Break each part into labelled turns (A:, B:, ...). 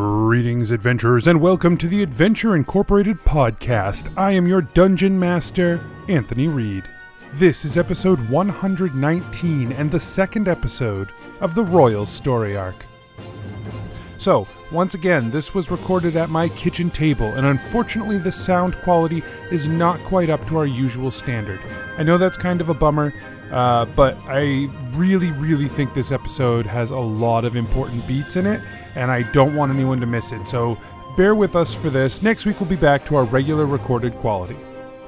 A: Greetings, adventurers, and welcome to the Adventure Incorporated podcast. I am your dungeon master, Anthony Reed. This is episode 119 and the second episode of the Royal Story Arc. So, once again, this was recorded at my kitchen table, and unfortunately, the sound quality is not quite up to our usual standard. I know that's kind of a bummer, uh, but I really, really think this episode has a lot of important beats in it, and I don't want anyone to miss it. So, bear with us for this. Next week, we'll be back to our regular recorded quality.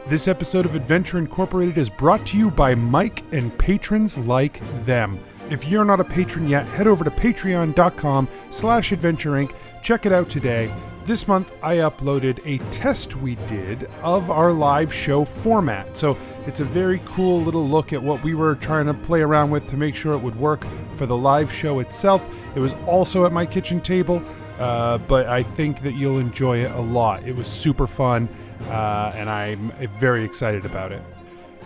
A: This episode of Adventure Incorporated is brought to you by Mike and patrons like them. If you're not a patron yet, head over to patreon.com slash adventure inc. Check it out today. This month, I uploaded a test we did of our live show format. So it's a very cool little look at what we were trying to play around with to make sure it would work for the live show itself. It was also at my kitchen table, uh, but I think that you'll enjoy it a lot. It was super fun, uh, and I'm very excited about it.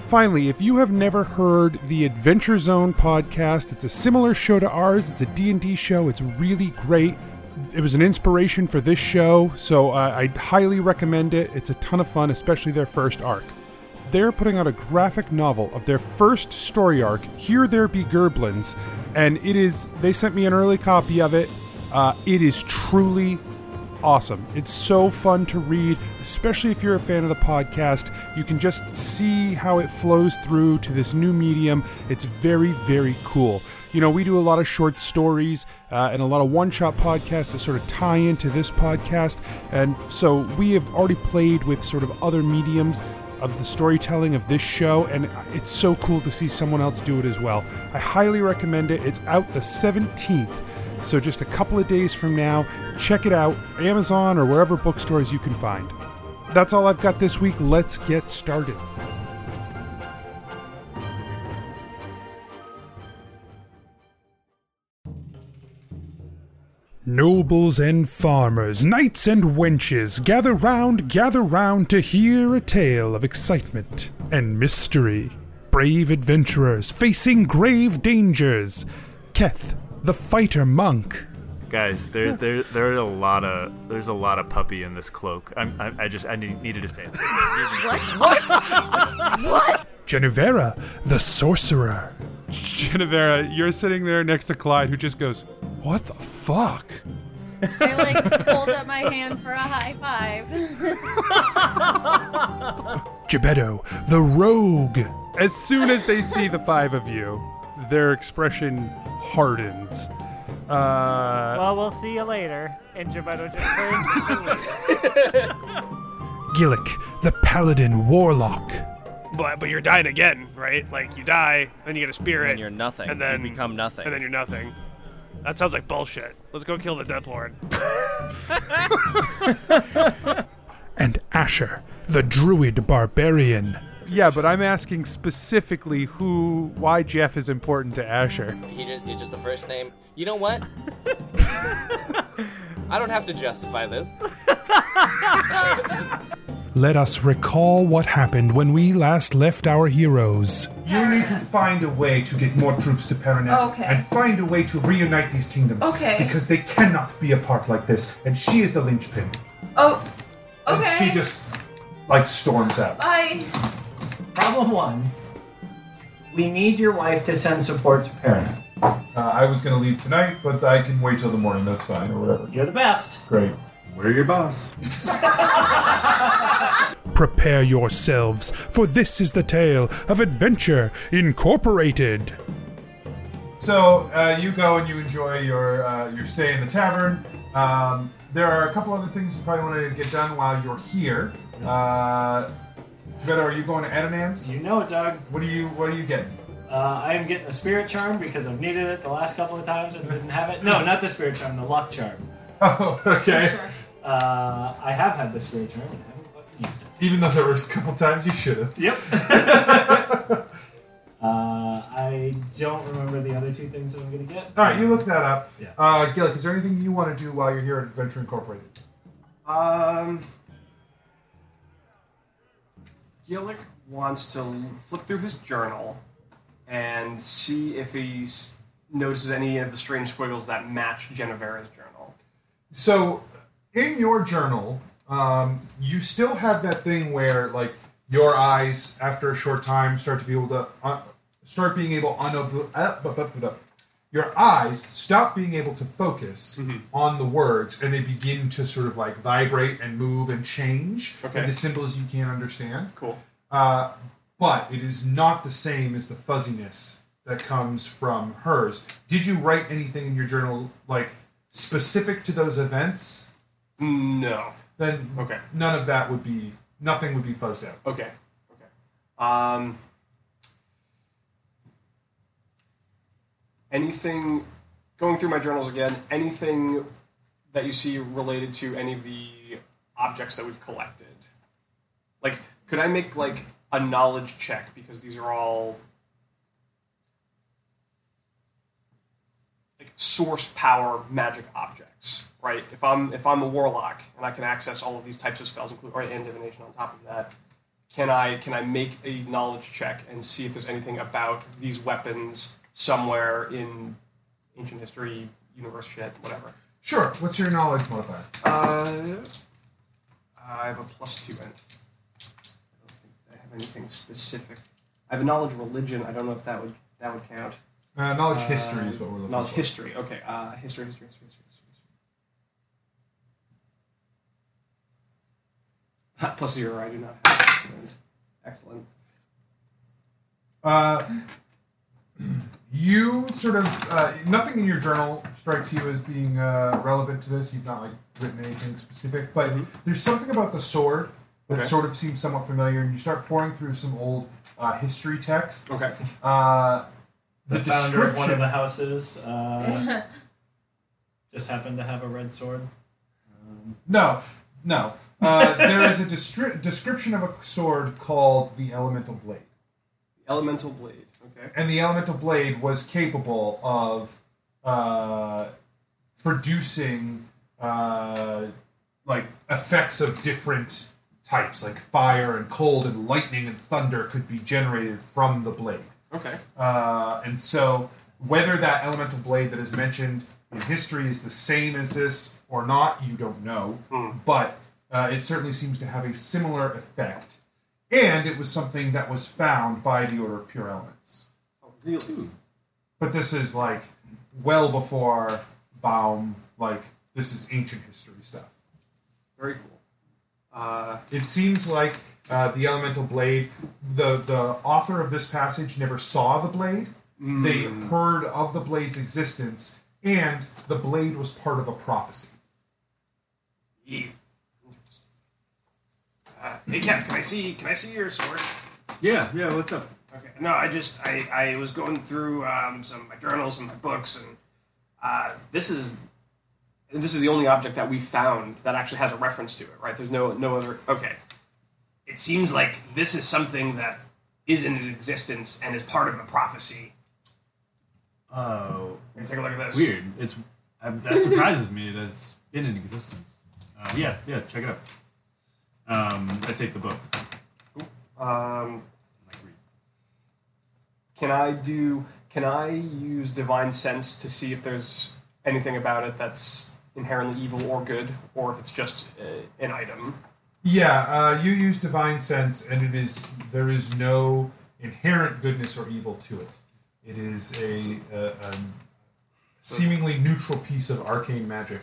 A: Finally, if you have never heard the Adventure Zone podcast, it's a similar show to ours. It's a D&D show. It's really great. It was an inspiration for this show, so uh, I highly recommend it. It's a ton of fun, especially their first arc. They're putting out a graphic novel of their first story arc, Here There Be Gerblins, and it is they sent me an early copy of it. Uh, it is truly awesome. It's so fun to read, especially if you're a fan of the podcast. You can just see how it flows through to this new medium. It's very, very cool. You know, we do a lot of short stories uh, and a lot of one shot podcasts that sort of tie into this podcast. And so we have already played with sort of other mediums of the storytelling of this show, and it's so cool to see someone else do it as well. I highly recommend it. It's out the 17th, so just a couple of days from now. Check it out, Amazon or wherever bookstores you can find. That's all I've got this week. Let's get started. Nobles and farmers, knights and wenches, gather round, gather round to hear a tale of excitement and mystery. Brave adventurers facing grave dangers. Keth, the fighter monk.
B: Guys, there's there there are a lot of there's a lot of puppy in this cloak. I'm, I, I just I need, needed to say it.
A: Genevera, the sorcerer.
C: Genevera, you're sitting there next to Clyde, who just goes,
A: What the fuck?
D: I like hold up my hand for a high five.
A: Gebetto, the rogue.
C: As soon as they see the five of you,
A: Their expression hardens.
E: Well, we'll see you later. And Geppetto just turns.
A: Gillick, the paladin warlock.
F: But, but you're dying again, right? Like you die, then you get a spirit,
G: and you're nothing.
F: and then
G: you become nothing.
F: and then you're nothing. That sounds like bullshit. Let's go kill the Death Lord.
A: And Asher, the druid barbarian.
C: yeah, but I'm asking specifically who, why Jeff is important to Asher.
H: He just it's just the first name. You know what? I don't have to justify this.
A: Let us recall what happened when we last left our heroes.
I: You need to find a way to get more troops to Paranet
D: Okay.
I: and find a way to reunite these kingdoms.
D: Okay.
I: Because they cannot be apart like this, and she is the linchpin.
D: Oh,
I: And she just like storms out.
D: Bye.
E: Problem one. We need your wife to send support to Perrin.
I: Uh, I was gonna leave tonight, but I can wait till the morning. That's fine, or whatever.
E: You're the best.
I: Great.
B: We're your boss.
A: Prepare yourselves, for this is the tale of Adventure Incorporated.
I: So uh, you go and you enjoy your uh, your stay in the tavern. Um, there are a couple other things you probably want to get done while you're here. Uh, Greta, are you going to Adamant's?
E: You know, Doug,
I: What do you What are you getting?
E: uh, I am getting a spirit charm because I've needed it the last couple of times and didn't have it. No, not the spirit charm, the luck charm.
I: Oh, okay.
E: Uh, I have had the spirit charm and haven't fucking used it.
I: Even though there was a couple times you should have.
E: Yep. uh, I don't remember the other two things that I'm gonna get.
I: All right, you look that up.
E: Yeah.
I: Uh, Gillick, is there anything you want to do while you're here at Adventure Incorporated?
F: Um, Gillick wants to flip through his journal and see if he s- notices any of the strange squiggles that match Genevera's journal.
I: so in your journal, um, you still have that thing where like your eyes, after a short time, start to be able to uh, start being able unobl- uh, bu- bu- bu- bu- your eyes stop being able to focus
F: Mm-hmm.
I: on the words and they begin to sort of like vibrate and move and change
F: Okay.
I: into symbols you can't understand.
F: Cool.
I: Uh, but it is not the same as the fuzziness that comes from hers. Did you write anything in your journal like specific to those events?
F: No.
I: Then
F: Okay.
I: none of that would be nothing would be fuzzed out. Uh,
F: Okay. Okay. Um, anything going through my journals again? Anything that you see related to any of the objects that we've collected? Like, could I make like a knowledge check because these are all like source power magic objects, right? If I'm if I'm a warlock and I can access all of these types of spells, including or and divination on top of that, can I can I make a knowledge check and see if there's anything about these weapons somewhere in ancient history, universe shit, whatever?
I: Sure. What's your knowledge modifier?
F: Uh, I have a plus two in it. I don't think I have anything specific. I have a knowledge of religion. I don't know if that would that would count.
I: Uh, knowledge history is what we're
F: Uh,
I: looking
F: knowledge
I: for.
F: history. Okay. Uh, history, history, history, history, history. history. Plus zero. I do not have. Excellent.
I: Uh, you sort of uh, nothing in your journal strikes you as being uh, relevant to this. You've not like written anything specific, but there's something about the sword that
F: Mm-hmm. Okay.
I: sort of seems somewhat familiar. And you start pouring through some old uh, history texts.
F: Okay.
I: Uh,
E: The,
I: the,
E: founder of one of
I: description-
E: the houses uh, just happened to have a red sword.
I: No, no. Uh, there is a destri- description of a sword called the Elemental Blade.
F: Elemental blade. Okay.
I: And the Elemental Blade was capable of uh, producing uh, like effects of different types, like fire and cold and lightning and thunder could be generated from the blade.
F: Okay.
I: Uh, and so, whether that elemental blade that is mentioned in history is the same as this or not, you don't know.
F: Hmm.
I: But uh, it certainly seems to have a similar effect. And it was something that was found by the Order of Pure Elements.
F: Oh, really?
I: But this is like well before Baum, like, this is ancient history stuff.
F: Very cool. Uh,
I: It seems like uh, the elemental blade. The the author of this passage never saw the blade. They heard of the blade's existence, and the blade was part of a prophecy.
G: Uh, hey, Kev, can I see? Can I see your sword?
F: yeah. Yeah. What's up?
G: Okay. No, I just I, I was going through um, some of my journals and my books, and uh, this is
F: This is the only object that we found that actually has a reference to it, right? There's no no other. Okay.
G: it seems like this is something that isn't in existence and is part of a prophecy.
B: Oh,
G: Here, take a look at this.
B: weird. It's I, that surprises me that it's been in existence. Uh, yeah, yeah. Check it out. Um, I take the book.
F: Um,
B: Like, read.
F: Can I do? Can I use divine sense to see if there's anything about it that's inherently evil or good, or if it's just uh, an item?
I: Yeah, uh, you use divine sense, and it is there is no inherent goodness or evil to it. It is a, a, a seemingly neutral piece of arcane magic.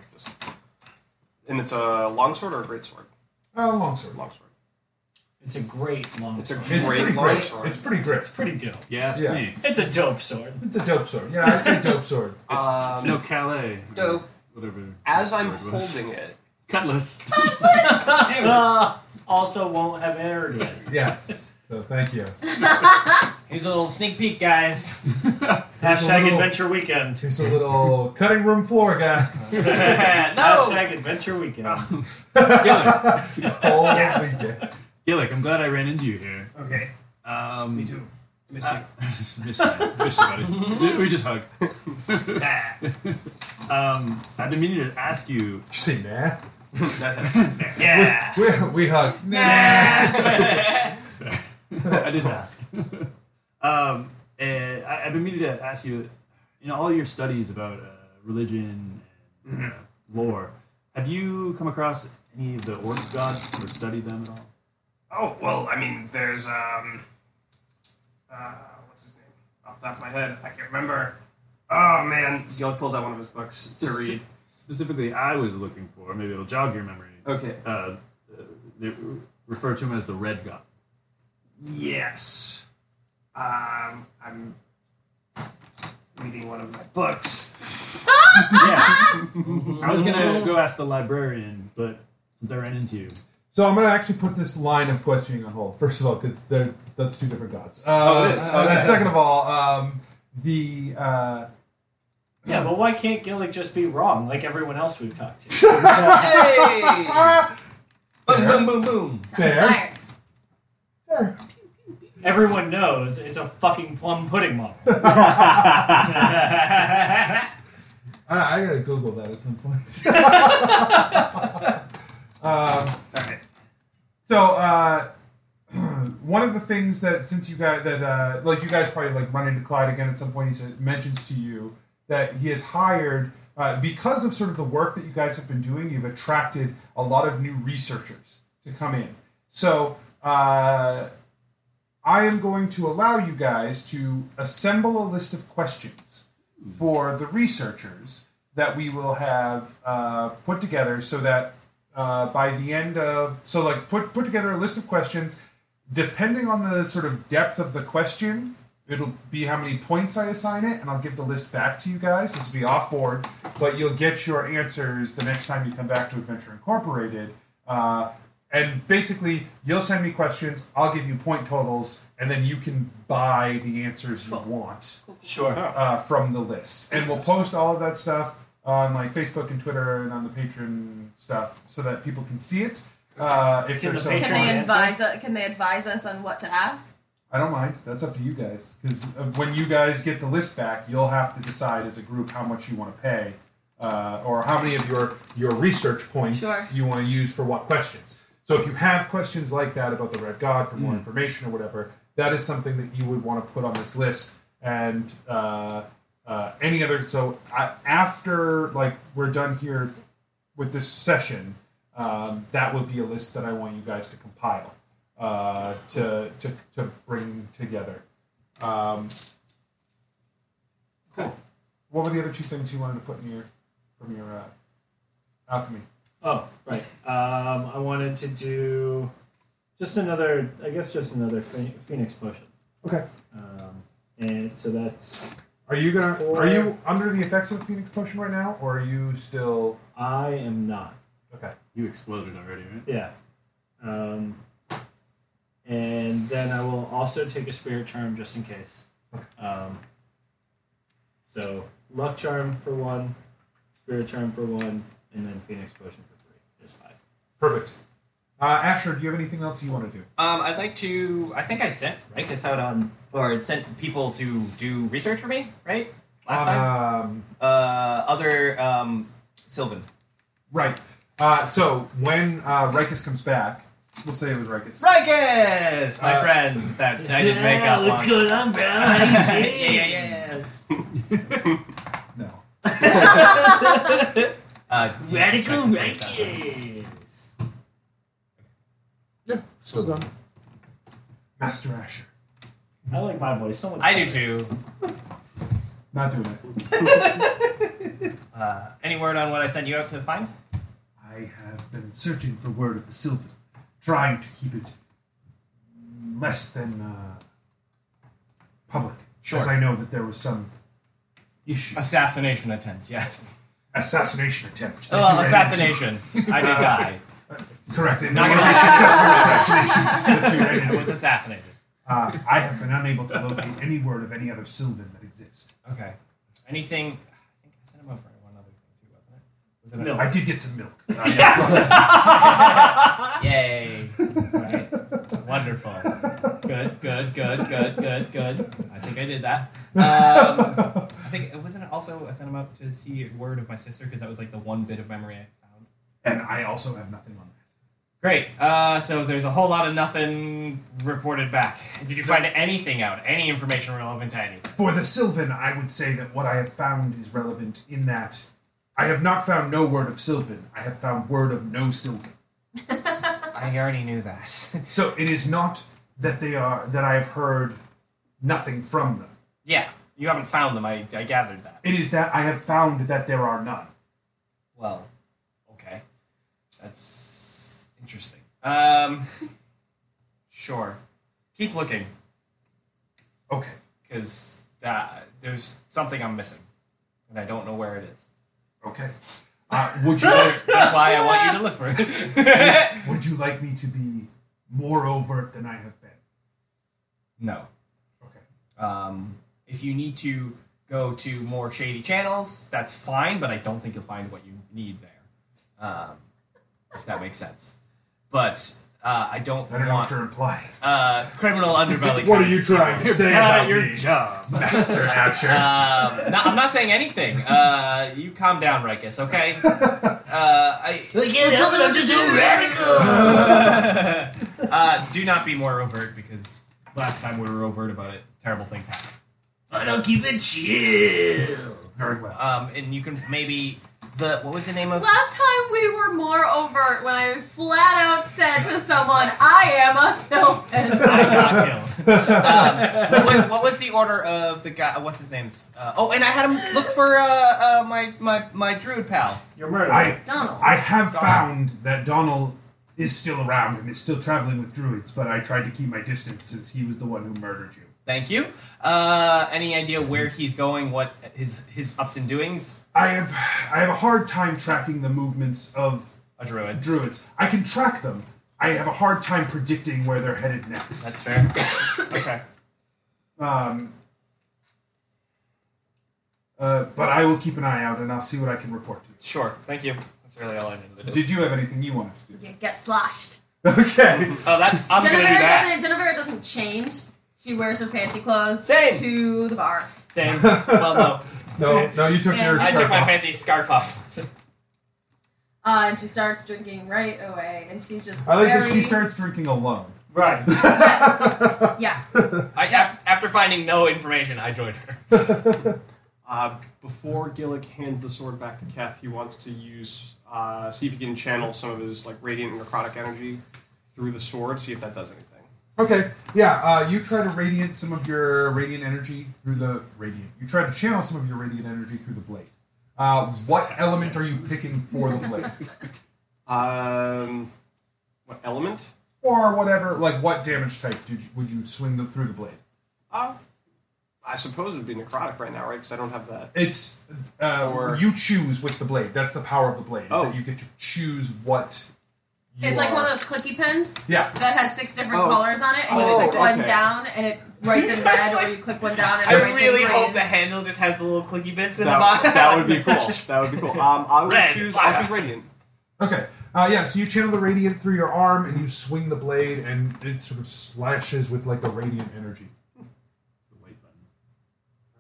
F: And it's a longsword or a greatsword?
I: Uh, longsword.
F: Longsword.
E: It's a great long
F: It's a
E: sword.
I: It's
F: Great
I: pretty great.
F: longsword.
I: It's pretty great.
E: It's pretty dope.
B: Yeah, it's
I: Yeah.
B: me.
E: It's a dope sword.
I: It's a dope sword. Yeah, I'd say dope sword.
B: It's, it's
F: Um,
B: no Calais. or
F: dope.
B: Whatever.
F: As
B: that
F: I'm
B: word was.
F: holding it,
B: Cutlass.
E: Ah, also won't have aired yet.
I: Yes. So thank you.
G: Here's a little sneak peek, guys.
E: Hashtag
I: little-
E: Adventure Weekend.
I: Here's a little cutting room floor, guys.
E: Hashtag Adventure Weekend.
B: Oh, Gillick.
I: All weekend.
B: Gillick, I'm glad I ran into you here.
G: Okay.
B: Um,
G: Me too. Missed
B: Uh, missed you. Missed you, buddy. We just hug.
G: you. Ah.
B: Um, I've been meaning to ask you.
I: You say nah.
G: yeah.
I: We, we hug. Nah.
B: I didn't ask. um, and I, I've been meaning to
F: Mm-hmm.
B: ask you, in all your studies about uh, religion and uh, lore, Have you come across any of the orc gods or studied them at all?
G: Oh well, I mean, there's um, uh, what's his name? Off the top of my head, I can't remember. Oh man,
F: He only pulls out one of his books to
B: Speci-
F: read.
B: Specifically, I was looking for, maybe it'll jog your memory.
F: Okay.
B: Uh, uh, they refer to him as the Red God.
G: yes. Um, I'm reading one of my books.
B: Yeah. I was going to go ask the librarian, but since I ran into you,
I: So I'm going to actually put this line of questioning on hold. First of all, because they're that's two different gods. Uh,
F: Oh, it is?
I: uh, and
F: Okay.
I: second of all, um, the uh,
E: Yeah, but why can't Gillick just be wrong like everyone else we've talked to?
F: Hey! boom, boom, boom, boom.
I: Fair.
D: Fire.
E: Everyone knows it's a fucking plum pudding model.
I: I, I gotta Google that at some point. um,
G: Okay.
I: so uh, one of the things that since you guys that uh, like you guys probably like run into Clyde again at some point, he said, mentions to you that he has hired uh, because of sort of the work that you guys have been doing. You've attracted a lot of new researchers to come in. So. Uh, I am going to allow you guys to assemble a list of questions for the researchers that we will have uh, put together so that uh, by the end of so like put put together a list of questions depending on the sort of depth of the question it'll be how many points i assign it and i'll give the list back to you guys this will be off board but you'll get your answers the next time you come back to adventure incorporated uh, and basically you'll send me questions i'll give you point totals and then you can buy the answers you want
E: sure.
I: uh, from the list, and we'll post all of that stuff on like Facebook and Twitter and on the Patreon stuff so that people can see it. Uh, if
E: Can
I: they're
E: the
I: so
E: Patreon-
D: Can
I: inclined.
D: they
E: Answer?
D: advise? Us, can they advise us on what to ask?
I: I don't mind. That's up to you guys because when you guys get the list back, you'll have to decide as a group how much you want to pay. Uh, or how many of your, your research points
D: Sure.
I: you want to use for what questions. So if you have questions like that about the Red God for more information or whatever, that is something that you would want to put on this list. And uh, uh, any other, so I, after like we're done here with this session, um, that would be a list that I want you guys to compile uh, to, to to bring together. Um, cool. What were the other two things you wanted to put in your from your uh, alchemy?
E: Oh, right. Um, I wanted to do just another, I guess, just another phe- Phoenix potion.
I: Okay.
E: Um, and so that's
I: Are you gonna?
E: Or-
I: Are you under the effects of the phoenix potion right now, or are you still?
E: I am not.
I: Okay.
B: you exploded already, right?
E: Yeah. Um, and then I will also take a spirit charm just in case. Um, so luck charm for one, spirit charm for one, and then Phoenix potion for three. There's five.
I: Perfect. Uh, Asher, do you have anything else you want to do?
J: Um, I'd like to. I think I sent Rikus out on, or sent people to do research for me, right? Last time.
I: Um,
J: Uh, other um, Sylvan.
I: right. Uh, so when uh, Rikus comes back, we'll say it was Rikus.
J: Rikus, my
I: Uh,
J: friend that I didn't make up on.
E: going on,
J: yeah, yeah, yeah. yeah.
I: No.
J: Uh,
E: Radical
J: Rikus.
I: Yeah, still gone. Master Asher,
E: I like my voice. So much
J: I do
E: better.
J: too.
I: not doing it.
J: Uh, any word on what I sent you up to find?
I: I have been searching for word of the Sylvan, trying to keep it less than uh, public,
J: Sure.
I: as I know that there was some issue.
J: Assassination attempts. Yes.
I: assassination attempt.
J: Oh, well, assassination. I did die.
I: Correct. And
J: Not
I: there was
J: gonna-
I: a successful assassination that you ran
J: I
I: into.
J: was assassinated.
I: Uh, I have been unable to locate any word of any other Sylvan that exists.
J: Okay. Anything? I think I sent him over one other thing too, wasn't it? Was it a-
I: I did get some milk.
J: Yay! Right. Wonderful. Good, good, good, good, good, good. I think I did that. Um, I think it wasn't it also I sent him up to see a word of my sister because that was like the one bit of memory I found.
I: and I also have nothing on that.
J: Great. Uh, so there's a whole lot of nothing reported back. Did you find anything out? Any information relevant to anything?
I: For the Sylvan, I would say that what I have found is relevant in that I have not found no word of Sylvan. I have found word of no Sylvan.
J: I already knew that.
I: So it is not that they are that I have heard nothing from them.
J: yeah, you haven't found them. I, I gathered that.
I: It is that I have found that there are none.
J: Well, okay. That's interesting. Um, sure. Keep looking,
I: Okay.
J: because there's something I'm missing, and I don't know where it is.
I: Okay. Uh, would you like,
J: That's why I want you to look for it.
I: would you like me to be more overt than I have been?
J: no.
I: Okay.
J: Um, if you need to go to more shady channels, that's fine, but I don't think you'll find what you need there. Um, if that makes sense. But uh, I don't,
I: I don't know what
J: want
I: you're implying.
J: uh, criminal underbelly.
I: What
J: kind
I: are
J: of
I: you trying to say
B: Bad
I: about
B: at your
I: me,
B: job.
I: Master Asher?
J: Um, no, I'm not saying anything. Uh, you calm down, Rikus, okay? Uh, I,
G: I can't help it. I'm just so radical.
J: uh, do not be more overt because last time we were overt about it, terrible things happen.
G: I don't keep it chill.
I: Very well.
J: Um, and you can maybe the what was the name of?
D: Last time we were more overt when I flat out said to someone, "I am a Sylvan."
J: I got killed. Um, what, was, what was the order of the guy? What's his name's? Uh, oh, and I had him look for uh, uh, my my my druid pal.
E: You're murdered.
I: I
D: Donald.
I: I have found that Donald is still around and is still traveling with druids, but I tried to keep my distance since he was the one who murdered you.
J: Thank you. Uh, any idea where he's going? What his his ups and doings?
I: I have I have a hard time tracking the movements of
J: A druid.
I: druids. I can track them. I have a hard time predicting where they're headed next.
J: That's fair. okay.
I: um, uh, but I will keep an eye out and I'll see what I can report to you.
J: Sure. Thank you. That's really all I needed to do.
I: Did you have anything you wanted to do?
D: You get sloshed.
I: Okay.
J: Oh, that's I'm gonna do
D: Jennifer
J: that.
D: doesn't. Jennifer doesn't change. She wears her fancy clothes
J: Same.
D: to the bar.
J: Same. Well, no,
I: No, no, you took
D: Yeah.
I: your
J: I
I: scarf
J: took my
I: off.
J: fancy scarf off.
D: Uh, and she starts drinking right away, and she's just
I: I like
D: very,
I: that she starts drinking alone.
E: right.
D: yeah.
J: I, af- after finding no information, I joined her.
F: Uh, before Gillick hands the sword back to Keth, he wants to use uh, see if he can channel some of his like radiant and necrotic energy through the sword. See if that does anything.
I: Okay, yeah, uh, you try to radiate some of your radiant energy through the radiant. You try to channel some of your radiant energy through the blade. Uh, what element are you picking for the blade,
F: Um, what element?
I: or whatever? Like, what damage type did you, would you swing them through the blade?
F: Uh, I suppose it would be necrotic right now, right? Because I don't have that.
I: It's uh,
F: Or-
I: you choose with the blade. That's the power of the blade. Is
F: Oh.
I: that you get to choose what. You
D: It's like
I: are-
D: one of those clicky pens
I: Yeah,
D: that has six different
F: Oh.
D: colors on it, and
F: Oh,
D: you click one
F: okay.
D: down, and it writes in red, or you click one down, and
J: I
D: it writes
J: really
D: in green.
J: hope the handle just has the little clicky bits in the
F: That,
J: bottom.
F: that would be cool. That would be cool. Um, I would
J: Red
F: choose.
J: fire.
F: I'll choose radiant.
I: Okay. Uh, yeah, so you channel the radiant through your arm and you swing the blade and it sort of slashes with like the radiant energy.
B: The white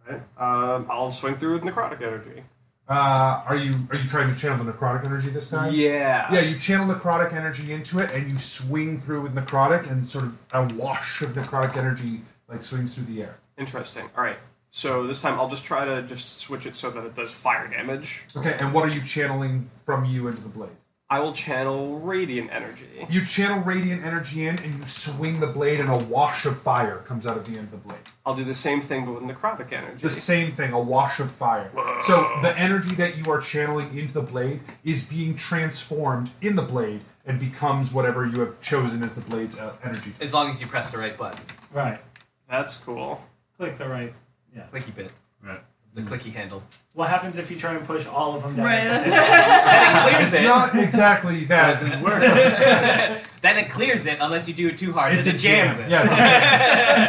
B: button.
F: All right. Um, I'll swing through with necrotic energy.
I: Uh, are you are you trying to channel the necrotic energy this time?
F: Yeah.
I: Yeah, you channel necrotic energy into it and you swing through with necrotic and sort of a wash of necrotic energy like swings through the air.
F: Interesting. All right. So this time I'll just try to just switch it so that it does fire damage.
I: Okay, and what are you channeling from you into the blade?
F: I will channel radiant energy.
I: You channel radiant energy in and you swing the blade and a wash of fire comes out of the end of the blade.
F: I'll do the same thing but with necrotic energy.
I: the same thing, a wash of fire. So the energy that you are channeling into the blade is being transformed in the blade and becomes whatever you have chosen as the blade's uh, energy.
H: As long as you press the right button.
E: Right.
F: That's cool.
E: Click the right. Yeah.
H: Clicky bit.
B: Right.
H: The clicky handle.
E: What happens if you try and push all of them down? at the
D: Right.
E: same time?
J: Then it clears
I: It's
J: it.
I: not exactly that.
J: then it clears it unless you do it too hard.
I: It's
J: then
I: a
J: it jams
I: jam.
J: it.
I: Yeah,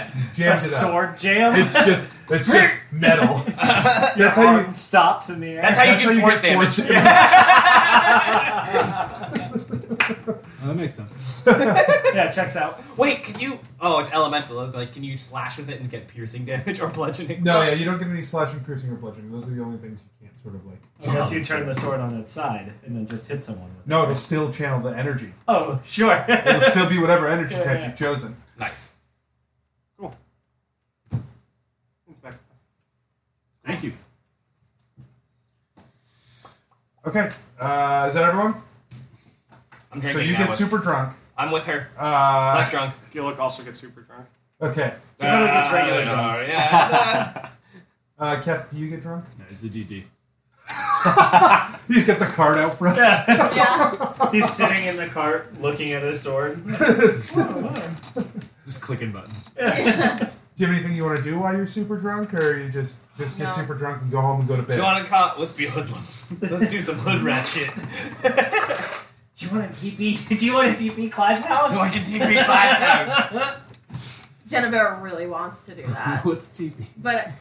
I: it's
E: A
I: jams it up.
E: sword jam.
I: It's just it's just metal. That's how you.
E: Arm stops in the air.
J: That's how you
I: that's
J: do force
I: get
J: damage.
I: force damage.
B: Oh, that makes sense.
E: yeah, checks out.
J: Wait, can you? Oh, it's elemental. It's like, can you slash with it and get piercing damage or bludgeoning?
I: No, yeah, you don't get any slashing, piercing, or bludgeoning. Those are the only things you can't sort of like.
E: Unless you turn the sword on its side and then just hit someone with it.
I: No, it'll still channel the energy.
E: Oh, sure.
I: It'll still be whatever energy
E: Yeah,
I: type
E: yeah.
I: you've chosen.
J: Nice.
F: It's back.
B: Thank you.
I: Okay. Uh, is that everyone?
J: I'm
I: So
J: drinking
I: you
J: now
I: get
J: with-
I: super drunk.
J: I'm with her.
I: Uh,
J: Less drunk.
F: Gillick also gets super drunk.
I: Okay.
J: Kimberly gets regular
B: Ah,
J: drunk. Yeah.
I: Uh, Kath, do you get drunk?
B: No, it's the DD.
I: He's got the card out front.
E: He's sitting in the cart looking at his sword.
B: Just clicking buttons.
I: Do you have anything you want to do while you're super drunk, or you just just get
D: No.
I: super drunk and go home and go to
J: Do
I: bed?
J: you want to call? Let's be hoodlums. Let's do some hood rat shit.
E: Do you want to TP? Do you want to TP Clyde's house?
J: No, I can TP Clyde's house.
D: Jennifer really wants to do that,
K: What's TV?
D: but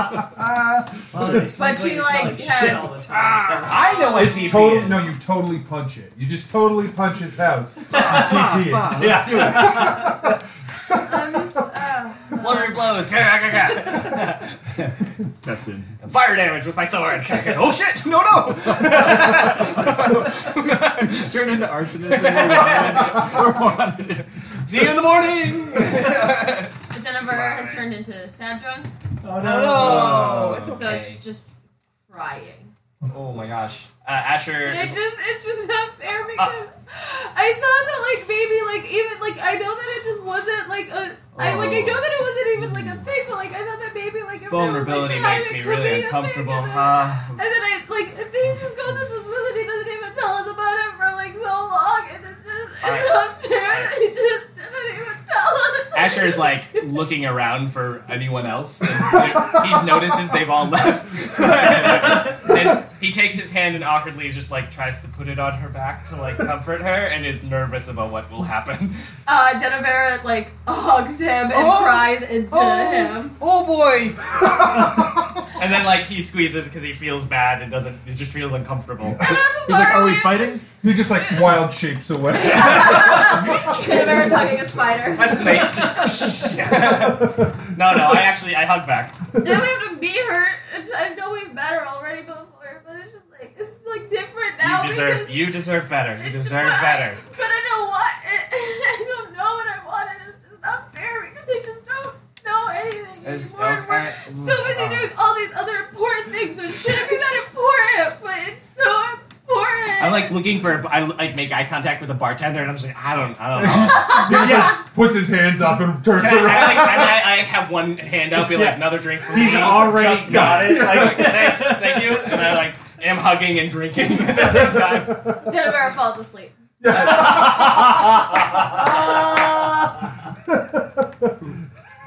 E: Well, it
D: But
E: explains
D: she,
E: why you smell
D: like, has- Ah,
E: shit all the time.
J: I know what TP
I: Total,
J: is.
I: no, you totally punch it. You just totally punch his house. You TP it.
J: yeah.
D: I'm just. Uh,
J: Flurry blows.
B: That's in.
J: Fire damage with my sword. oh shit! No, no.
K: Just turn into arsonist. and we're-
J: See you in the morning.
D: Jennifer has turned into sad drunk,
E: Oh
J: No, it's
D: so
J: okay.
D: she's just crying.
J: Oh my gosh. Uh, Asher.
D: And it just, it's just not
J: Uh.
D: fair because I thought that like maybe like even like I know that it just wasn't like a I like I know
J: Oh.
D: that it wasn't even like a thing, but like I thought that maybe like if
J: Vulnerability
D: there was, like, time,
J: makes
D: it
J: me
D: could be a
J: really
D: thing,
J: uncomfortable.
D: and then-
J: huh?
D: And then I like the thing just goes into this and he doesn't even tell us about it for like so long and it's just it's
J: Alright.
D: not fair
J: Alright.
D: that he just didn't even tell us.
J: Asher is like looking around for anyone else. And he notices they've all left. then he takes his hand and awkwardly is just like tries to put it on her back to like comfort her and is nervous about what will happen.
D: Uh Jennifer like hugs him and
J: Oh!
D: cries into him.
J: Oh boy! and then like he squeezes because he feels bad and doesn't. It just feels uncomfortable.
B: He's like,
J: "Oh,
B: are we fighting?
I: You're just like wild shapes away.
D: Jennifer is hugging a spider.
J: A snake. Just no, no. I actually I hug back.
D: then we have to be her. And I know we've met her already before, but it's just like it's like different now
J: You deserve.
D: because
J: You deserve better. You
D: it's-
J: deserve
D: but I-
J: better.
D: But I don't want it. I don't know what I want, and it's just not fair because I just don't know anything
K: It's
D: anymore. and we're
K: okay.
D: so busy doing all these other important things, which shouldn't be that important, but it's so important.
J: I'm like looking for. I like make eye contact with the bartender, and I'm just like, I don't, I don't know.
E: yeah,
I: Puts his hands up and turns
J: Can I, I,
I: around.
J: like, I, I like, have one hand out, be like, another drink for
E: he's
J: me.
E: already
J: Just
E: got it.
J: Like,
E: Like,
J: thanks, thank you. And I like am hugging and drinking at the same time.
D: Jennifer falls asleep.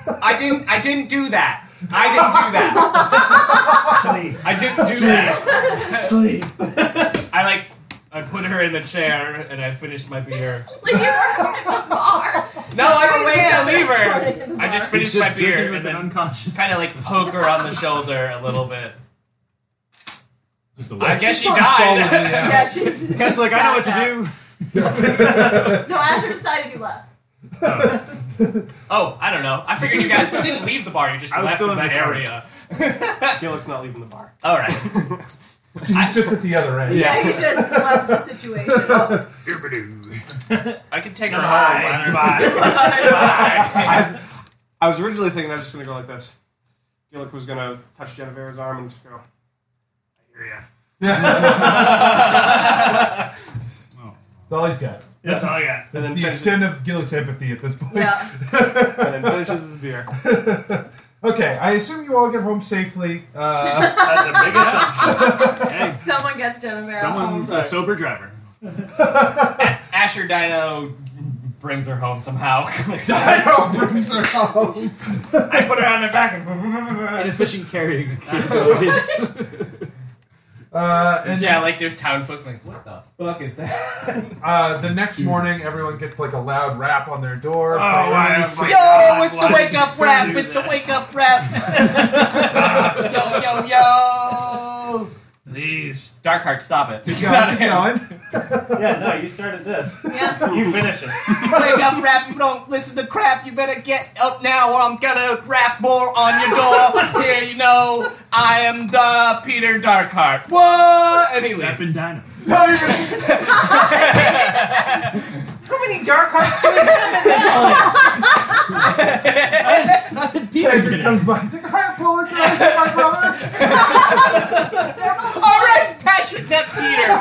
J: I didn't. I didn't do that. I didn't do that.
E: sleep,
J: I didn't do that.
E: sleep.
J: I like. I put her in the chair and I finished my beer.
D: Like you were in the bar.
J: No, I don't wait
D: Yeah,
J: to leave
D: sorry, in
J: her.
D: the
J: I just
D: bar.
J: finished my beer
B: with
J: and
B: an
J: then
B: unconscious.
J: kind of like poke her on the shoulder a little bit.
B: Just a
J: I
B: little.
J: guess she
I: Follow me
J: died.
I: out.
D: Yeah, she's.
B: Cat's like, I know what to do.
D: do. No, Asher decided he left.
J: Oh, I don't know. I figured you guys didn't leave the bar. You just
B: I was
J: left
B: still in
J: that
B: the car.
J: area.
F: Gillick's not leaving the bar.
J: All right.
I: He's just at the other end.
D: Yeah, he just left the situation.
J: I can take her home.
E: Goodbye.
J: I don't- Bye.
F: I, I was originally thinking I was just gonna go like this. Gillick was gonna touch Genevieve's arm and just go. I hear ya.
I: That's all he's got.
E: That's all I got.
I: That's
F: then
I: the
F: finish-
I: extent of Gillick's empathy at this point.
D: Yeah.
F: and then finishes his beer.
I: Okay, I assume you all get home safely. Uh,
E: That's a big assumption.
B: Hey,
D: Someone gets Jennifer.
B: someone's a sober driver.
J: Asher Dino brings her home somehow.
I: I don't brings her home.
J: I put her on her back
K: An
J: and.
K: efficient carrying capabilities.
I: Uh, and
J: Yeah, like there's town folk like, what the fuck is that?
I: uh, the next morning, everyone gets like a loud rap on their door.
E: Oh,
I: Like,
E: wow.
I: every-
J: "Oh,
E: Yo, it's the wake up rap. It's the wake up rap. yo, yo, yo. Please.
J: Darkheart, stop it.
I: Keep going, keep going.
E: Yeah, no, you started this.
D: Yeah.
E: You finish it.
J: Wake up, rap. You don't listen to crap. You better get up now, or I'm gonna rap more on your door. Here, you know, I am the Peter Darkheart. What? And he
B: Rap
J: leaves.
B: and dino.
I: Not even-
J: How many Darkhearts do we have in this
I: Andrew comes by. He's like, "Hi, apologize to my brother?
G: All right, Patrick, not Peter.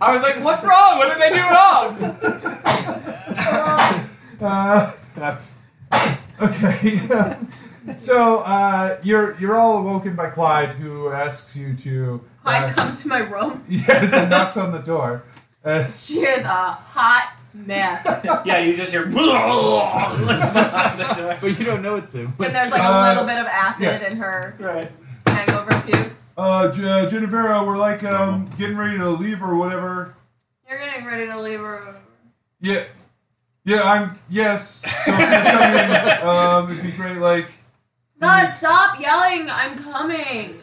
G: I was like, what's wrong? What did they do wrong?
I: Uh, okay. so uh, you're you're all awoken by Clyde, who asks you to. uh,
D: Clyde comes to my room.
I: Yes, and knocks on the door. Uh,
D: She is a hot mess.
G: yeah, you just hear.
H: but you don't know it's him.
D: And there's like a
I: Uh,
D: little bit of acid
I: yeah.
D: in her
E: Right.
D: hangover puke.
I: uh, J- uh, Genevera, we're like um, getting ready to leave or whatever.
D: You're getting ready to leave her.
I: Yeah, yeah, I'm. Yes. So if you're coming, um, it'd be great. Like,
D: God, stop yelling! I'm coming.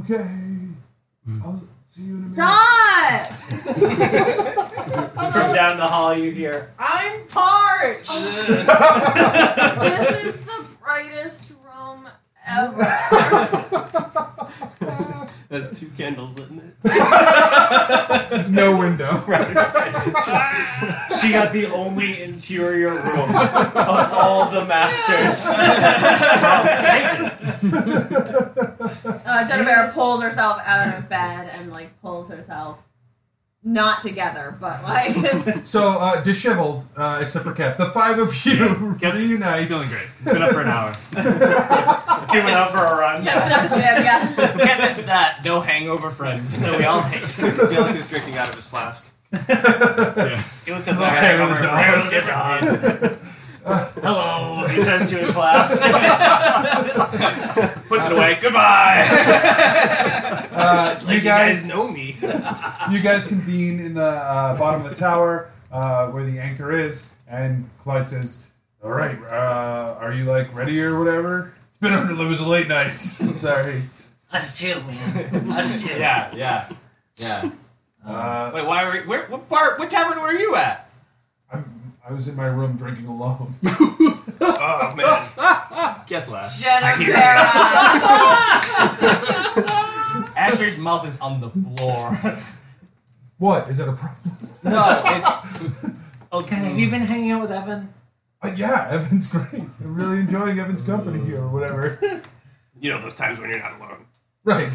I: okay, I'll see you in a minute.
D: Stop!
E: From down the hall, you hear.
D: I'm parched. this is the brightest room ever. Uh,
F: That's two candles lit in it.
I: No window.
E: She got the only interior room of all the masters.
D: Uh, Jennifer pulls herself out of bed and like pulls herself not together, but like
I: So uh, disheveled, uh, except for Cat. The five of you
B: Cat's
I: reunite.
B: Feeling great. It's been up for an hour.
E: He went out for a run.
D: that's not the gym, yeah.
G: Get this, that no hangover friend that we all hate.
F: I feel like he's drinking out of his flask.
B: Yeah.
G: It looked as though I had a hangover.
E: Harold the dog. Hello, he says to his class.
G: Puts it away. Goodbye.
I: Uh, you guys,
G: me.
I: you guys convene in the uh, bottom of the tower uh, where the anchor is, and Clyde says, "All right, uh, are you like ready or whatever?" It's been a, it was a late night. Sorry.
J: Us too, man. Us too.
G: Yeah, yeah, yeah.
I: Uh,
G: Wait, why were we, where, what bar? What tavern were you at?
I: I'm, I was in my room drinking alone.
F: Oh man.
H: Get left.
D: Jennifer.
G: Asher's mouth is on the floor.
I: What is that a problem?
G: no, it's
J: Okay, have you been hanging out with Evan?
I: Uh, yeah, Evan's great. I'm really enjoying Evan's company here or whatever.
F: You know those times when you're not alone.
I: Right.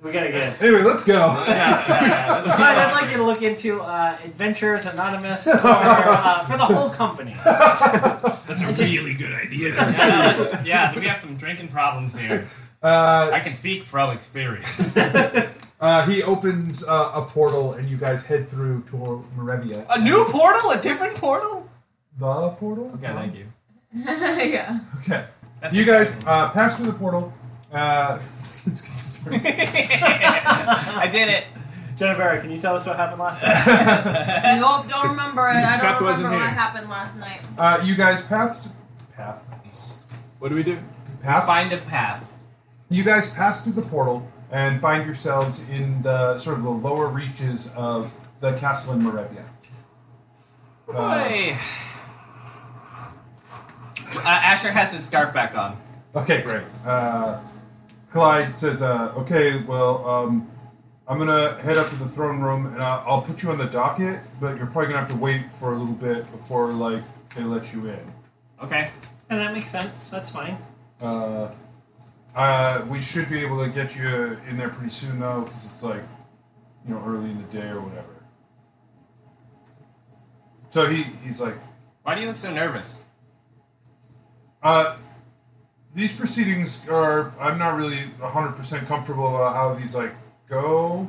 E: We gotta get it.
I: Anyway, let's go.
E: Clyde, I'd like you to look into uh, Adventures Anonymous for, uh, for the whole company.
F: That's a
E: just-
F: really good idea.
G: yeah, it's, yeah. We have some drinking problems here.
I: Uh,
G: I can speak from experience.
I: Uh, he opens uh, a portal, and you guys head through to Morevia.
G: A new portal? A different portal?
I: the portal.
G: Okay, thank you.
D: uh, yeah.
I: Okay,
G: That's
I: you
G: good.
I: guys uh, pass through the portal. Uh, it's getting started.
G: I did it.
E: Jennifer, can you tell us what happened last time?
D: Nope, don't remember it. I
B: Beth
D: don't
B: wasn't
D: remember what
B: here.
D: happened last night.
I: uh, you guys passed paths.
H: What do we do?
I: Paths.
G: Find a path.
I: You guys pass through the portal and find yourselves in the sort of the lower reaches of the castle in Morevia. Uh,
G: Boy. Uh, Asher has his scarf back on.
I: okay, great. Uh, Clyde says, uh, "Okay, well." Um, I'm gonna head up to the throne room and I'll, I'll put you on the docket, but you're probably gonna have to wait for a little bit before like they let you in.
G: Okay.
E: and that makes sense. That's fine.
I: Uh, uh, we should be able to get you in there pretty soon though, because it's like you know early in the day or whatever. So he, he's like,
G: Why do you look so nervous?
I: uh, these proceedings are I'm not really 100% comfortable about how these like go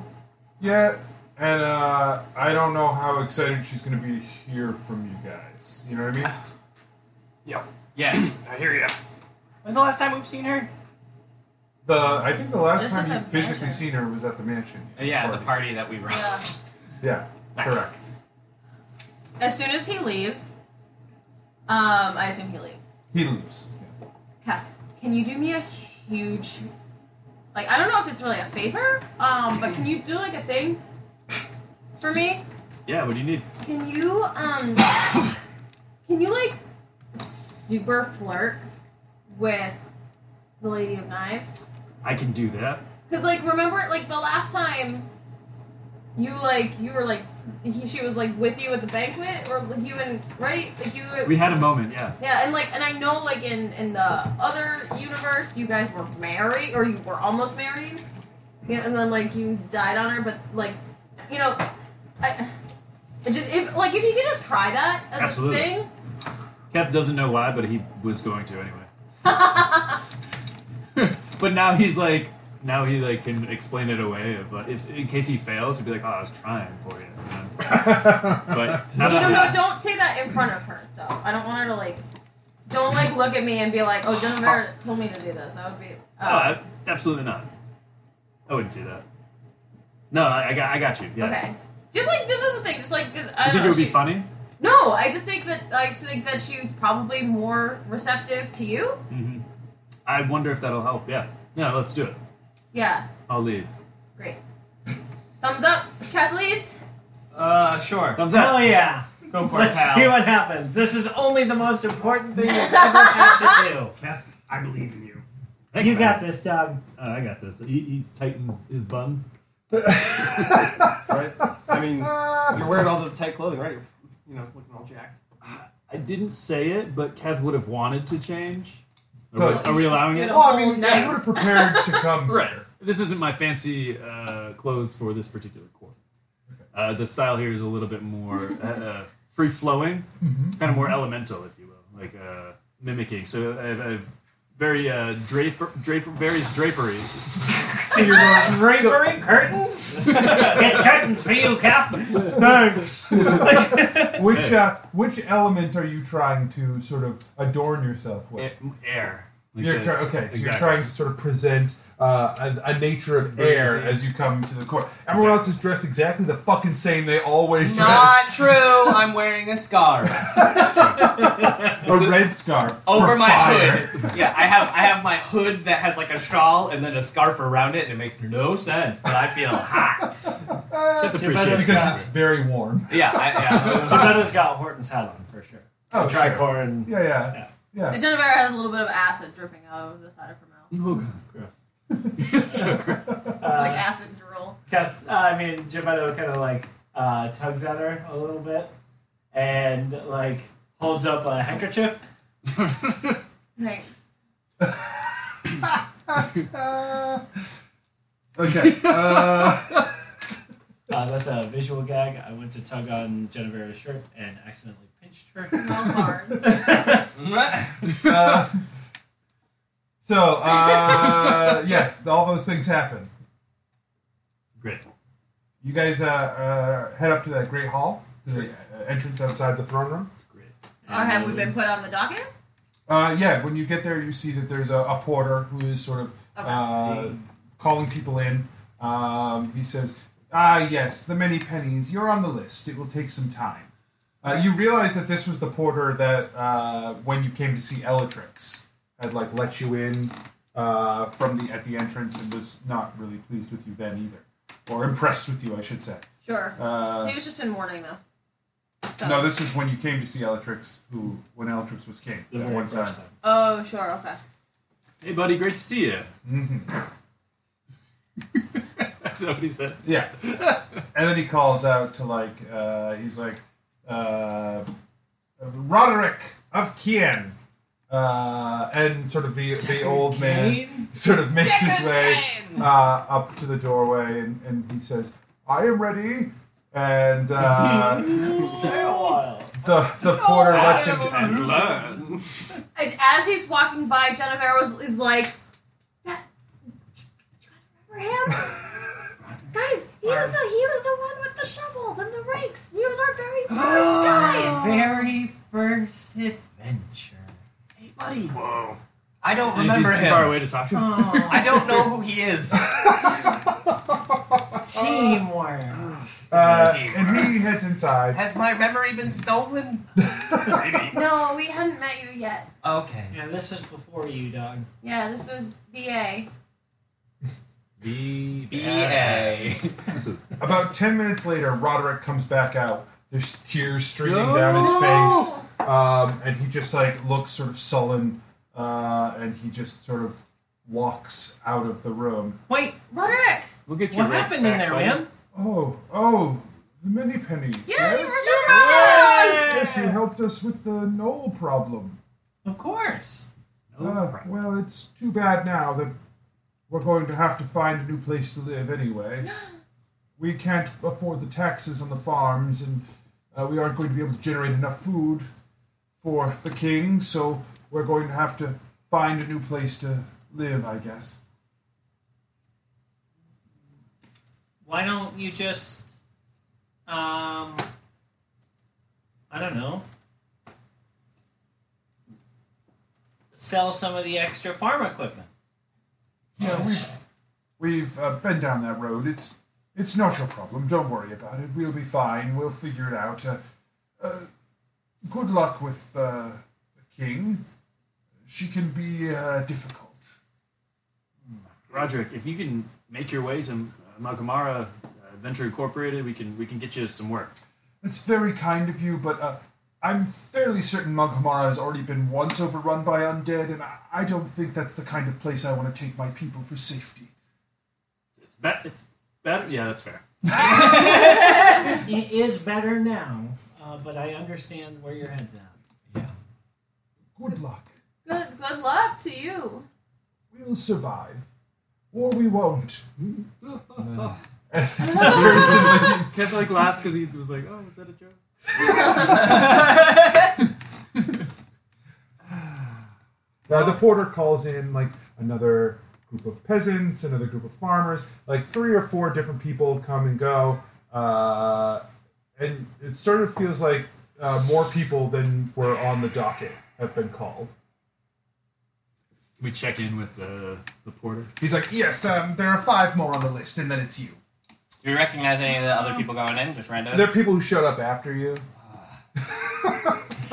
I: yet, and uh, I don't know how excited she's gonna be to hear from you guys. You know what I mean?
F: Yep.
G: Yes.
F: I hear you.
G: When's the last time we've seen her?
I: The I think the last
D: Just
I: time you
D: at the
I: physically
D: mansion.
I: seen her was at the mansion.
G: Uh, yeah, the party that we were.
D: Yeah.
I: Yeah,
G: Nice.
I: correct.
D: As soon as he leaves, um, I assume he leaves.
I: He leaves.
D: Kath, can you do me a huge, like I don't know if it's really a favor, um, but can you do like a thing for me?
B: Yeah, what do you need?
D: Can you um can you like super flirt with the Lady of Knives?
B: I can do that.
D: Cause like remember like the last time you like you were like he, she was like with you at the banquet or like you and right like you
B: We had a moment, yeah.
D: yeah and like and I know like in in the other universe you guys were married or you were almost married you know, and then like you died on her but like you know I it just if like if you could just try that as
B: Absolutely.
D: a thing
B: Kath doesn't know why, but he was going to anyway. but now he's like, now he like can explain it away. Of like, if, in case he fails, he'd be like, "Oh, I was trying for you." you know? but
D: No, no, no, don't say that in front of her, though. I don't want her to, like, don't, like, look at me and be like, oh, Jennifer told me to do this. That would be.
B: Oh, I- absolutely not. I wouldn't do that. No, I, I got, I got you. Yeah.
D: Okay. Just, like, just as a thing, just, like, because
B: You
D: I don't
B: think
D: know.
B: it would be
D: she's-
B: funny?
D: No, I just think that, I just think that she's probably more receptive to you.
B: hmm I wonder if that'll help. Yeah. Yeah, let's do it.
D: Yeah,
B: I'll lead.
D: great. Thumbs up, Kathleen's.
J: Uh, sure.
B: Thumbs up.
H: Hell yeah.
J: Go for
H: Let's
J: it, pal.
H: see what happens. This is only the most important thing you've ever had to do.
B: Kath, I believe in you.
H: you got this, dog.
B: Uh, I got this. He, he tightens his bun.
F: right? I mean, you're wearing all the tight clothing, right? You're, you know, looking all jacked.
B: I didn't say it, but Kath would have wanted to change. Are, we,
I: Good.
B: are we allowing it?
D: Good.
I: Well, I mean,
D: Whole night.
I: you would have prepared to come.
B: Right. This isn't my fancy uh, clothes for this particular court. Uh, the style here is a little bit more uh, uh, free flowing, kind of more elemental, if you will, like uh, mimicking. So I have, I have very uh, draper, draper, various draperies.
I: So you're going,
H: Drapery curtains? it's curtains for you, Kath.
I: Thanks. which uh, which element are you trying to sort of adorn yourself with?
B: Air. Like
I: You're,
B: the-
I: cur- okay, so you're
B: Exactly.
I: trying to sort of present uh, a, a nature of
B: Breezy.
I: air as you come to the court.
B: Exactly.
I: Everyone else is dressed exactly the fucking same they always dress.
J: Not true. I'm wearing a scarf
I: A red scarf
J: over
I: for
J: my
I: fire.
J: hood. Yeah, I have I have my hood that has like a shawl and then a scarf around it, and it makes no sense. But I feel hot.
B: Kath appreciates
I: because
B: that.
I: it's very warm.
J: Yeah, I, yeah.
H: Javetta's got Horton's hat on for sure.
I: Oh, sure.
H: Tricorn.
I: Yeah, yeah, yeah.
D: Jennifer has a little bit of acid dripping out of the side of her mouth. It's
H: Gross.
B: Oh, It's so gross.
D: like
H: Uh,
D: acid drool.
H: Kath, uh, I mean, Gepetto kind of like uh, tugs at her a little bit and like holds up a handkerchief.
D: Thanks.
I: Uh, okay. Uh,
H: Uh, that's a visual gag. I went to tug on Genevieve's shirt and accidentally pinched her.
D: No hard.
I: uh, so, uh, yes, all those things happen.
B: Great.
I: You guys uh, uh, head up to that great hall, to the uh, entrance outside the throne room.
B: It's great.
D: Or Oh, have we been put on the docket?
I: Uh, yeah, when you get there, you see that there's a, a porter who is sort of uh, calling people in. Um, he says, "Ah, yes, the many pennies. You're on the list. It will take some time." Uh, you realize that this was the porter that uh, when you came to see Elatrix had like let you in uh, from the at the entrance and was not really pleased with you then either, or impressed with you, I should say.
D: Sure.
I: Uh,
D: he was just in mourning, though. So.
I: no, this is when you came to see Elatrix, who when Elatrix was king
H: The
I: at
H: very
I: one time.
H: first time.
D: Oh, sure, okay.
B: Hey, buddy, great to see you.
I: hmm
B: That's what he said.
I: Yeah. and then he calls out to like uh, he's like uh, Roderick of Kien. Uh, and sort of the the old man sort of makes his way uh, up to the doorway and, and he says, I am ready. And uh,
H: Stay a while.
I: the, the
B: Oh,
I: porter
D: No,
I: lets him.
B: And learn.
D: And as he's walking by, Jennifer was, is like, that, do you guys remember him? guys, he was, the, he was the one with the shovels and the rakes. He was our very first guy.
J: Very first adventure. Hey, buddy.
F: Oh.
B: Whoa.
J: I don't
B: He's-
J: remember
B: he's too
J: him.
B: far away to talk to him.
J: I don't know who he is.
H: Teamwork.
I: Uh, and he heads inside.
J: Has my memory been stolen?
D: No, we hadn't met you yet.
J: Okay.
H: Yeah, this is before you, dog.
D: Yeah, this was BA.
B: B
J: BS.
B: This is
I: About 10 minutes later, Roderick comes back out. There's tears streaming down his face. Um, and he just like looks sort of sullen, uh, and he just sort of walks out of the room.
H: Wait,
D: Roderick!
B: We'll get you.
H: what happened in there, man?
I: Oh, oh, the mini penny.
D: Yeah, you
I: yes.
D: remember us!
I: Yes, you helped us with the knoll problem.
E: Of course.
I: Uh, well, it's too bad now that we're going to have to find a new place to live anyway. we can't afford the taxes on the farms, and uh, we aren't going to be able to generate enough food for the king, so we're going to have to find a new place to live, I guess.
E: Why don't you just, um, I don't know, sell some of the extra farm equipment?
I: Yeah, we've we've uh, been down that road. It's it's not your problem. Don't worry about it. We'll be fine. We'll figure it out. Uh, uh, good luck with uh, the king. She can be uh, difficult.
B: Roderick, if you can make your way to uh, Makamara uh, Venture Incorporated, we can we can get you some work.
I: It's very kind of you, but uh, I'm fairly certain Mughamara has already been once overrun by undead, and I, I don't think that's the kind of place I want to take my people for safety.
B: It's bet it's better. Yeah, that's fair.
E: It is better now, uh, but I understand where your head's at.
I: Good luck.
D: Good, good luck to you.
I: We'll survive, or we won't. Hmm? And he turns and leaves.
B: Kent like laughs because he was like, "Oh, was that a joke?"
I: Uh, the porter calls in like another group of peasants, another group of farmers, like three or four different people come and go. Uh, and it sort of feels like uh, more people than were on the docket have been called.
B: We check in with the the porter.
I: He's like, Yes, um, there are five more on the list, and then it's you.
J: Do we recognize any of the other people going in? Just random.
I: There are people who showed up after you.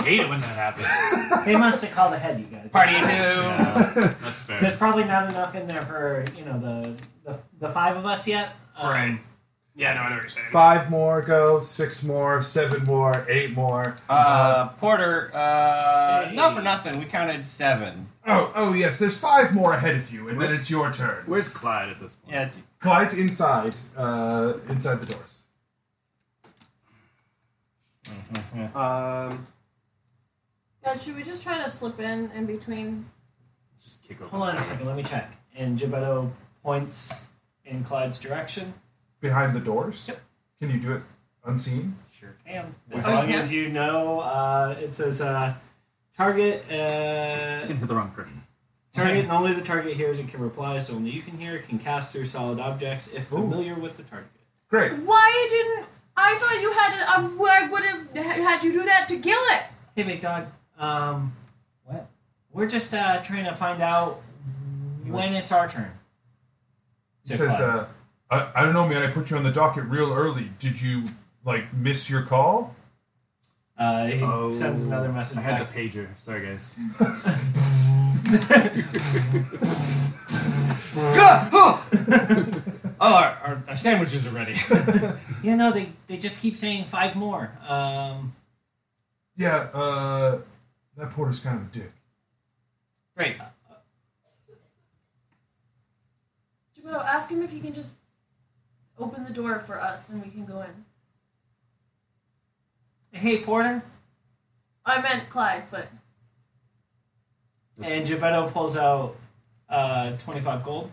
B: Hate it when that happens.
E: They must have called ahead, you guys.
J: Party two.
B: Yeah, that's
E: There's
B: fair.
E: probably not enough in there for you know the the, the five of us yet. Um,
F: Right. Yeah, no, I know what you're saying.
I: Five more go, six more, seven more, eight more.
J: Uh, Porter. Uh,
E: Hey.
J: not for nothing. We counted seven.
I: Oh, oh yes, there's five more ahead of you, and then it's your turn.
B: Where's Clyde at this point?
J: Yeah.
I: Clyde's inside, uh, inside the doors.
F: Um,
D: God, should we just try to slip in in between?
B: Just kick
E: Hold
B: over.
E: on a second, let me check. And Gibetto points in Clyde's direction.
I: Behind the doors? Can you do it unseen?
E: Sure can.
D: Wow.
E: As
D: Oh,
E: long
D: yeah.
E: as you know, uh, it says uh, target.
B: It's
E: Uh,
B: gonna hit the wrong person.
E: target, and only the target hears and can reply, so only you can hear, can cast through solid objects if familiar with the target.
I: Great.
D: Why didn't I thought you had? to- um, I would have had you do that to kill it.
E: Hey, Big Dog. Um,
J: What?
E: We're just uh, trying to find out when it's our turn.
I: He says, uh, I, I don't know, man, I put you on the docket real early. Did you, like, miss your call?
E: Uh, he sends another message
B: Oh, I had
E: back.
B: the pager. Sorry, guys.
J: Oh, our, our, our sandwiches are ready.
E: Yeah, no, they, they just keep saying five more. Um,
I: Yeah, uh, that porter's kind of a dick.
J: Great.
D: Geppetto, ask him if he can just open the door for us and we can go in.
E: hey, Porter.
D: I meant Clyde, but
E: And Gebetto pulls out uh, 25 gold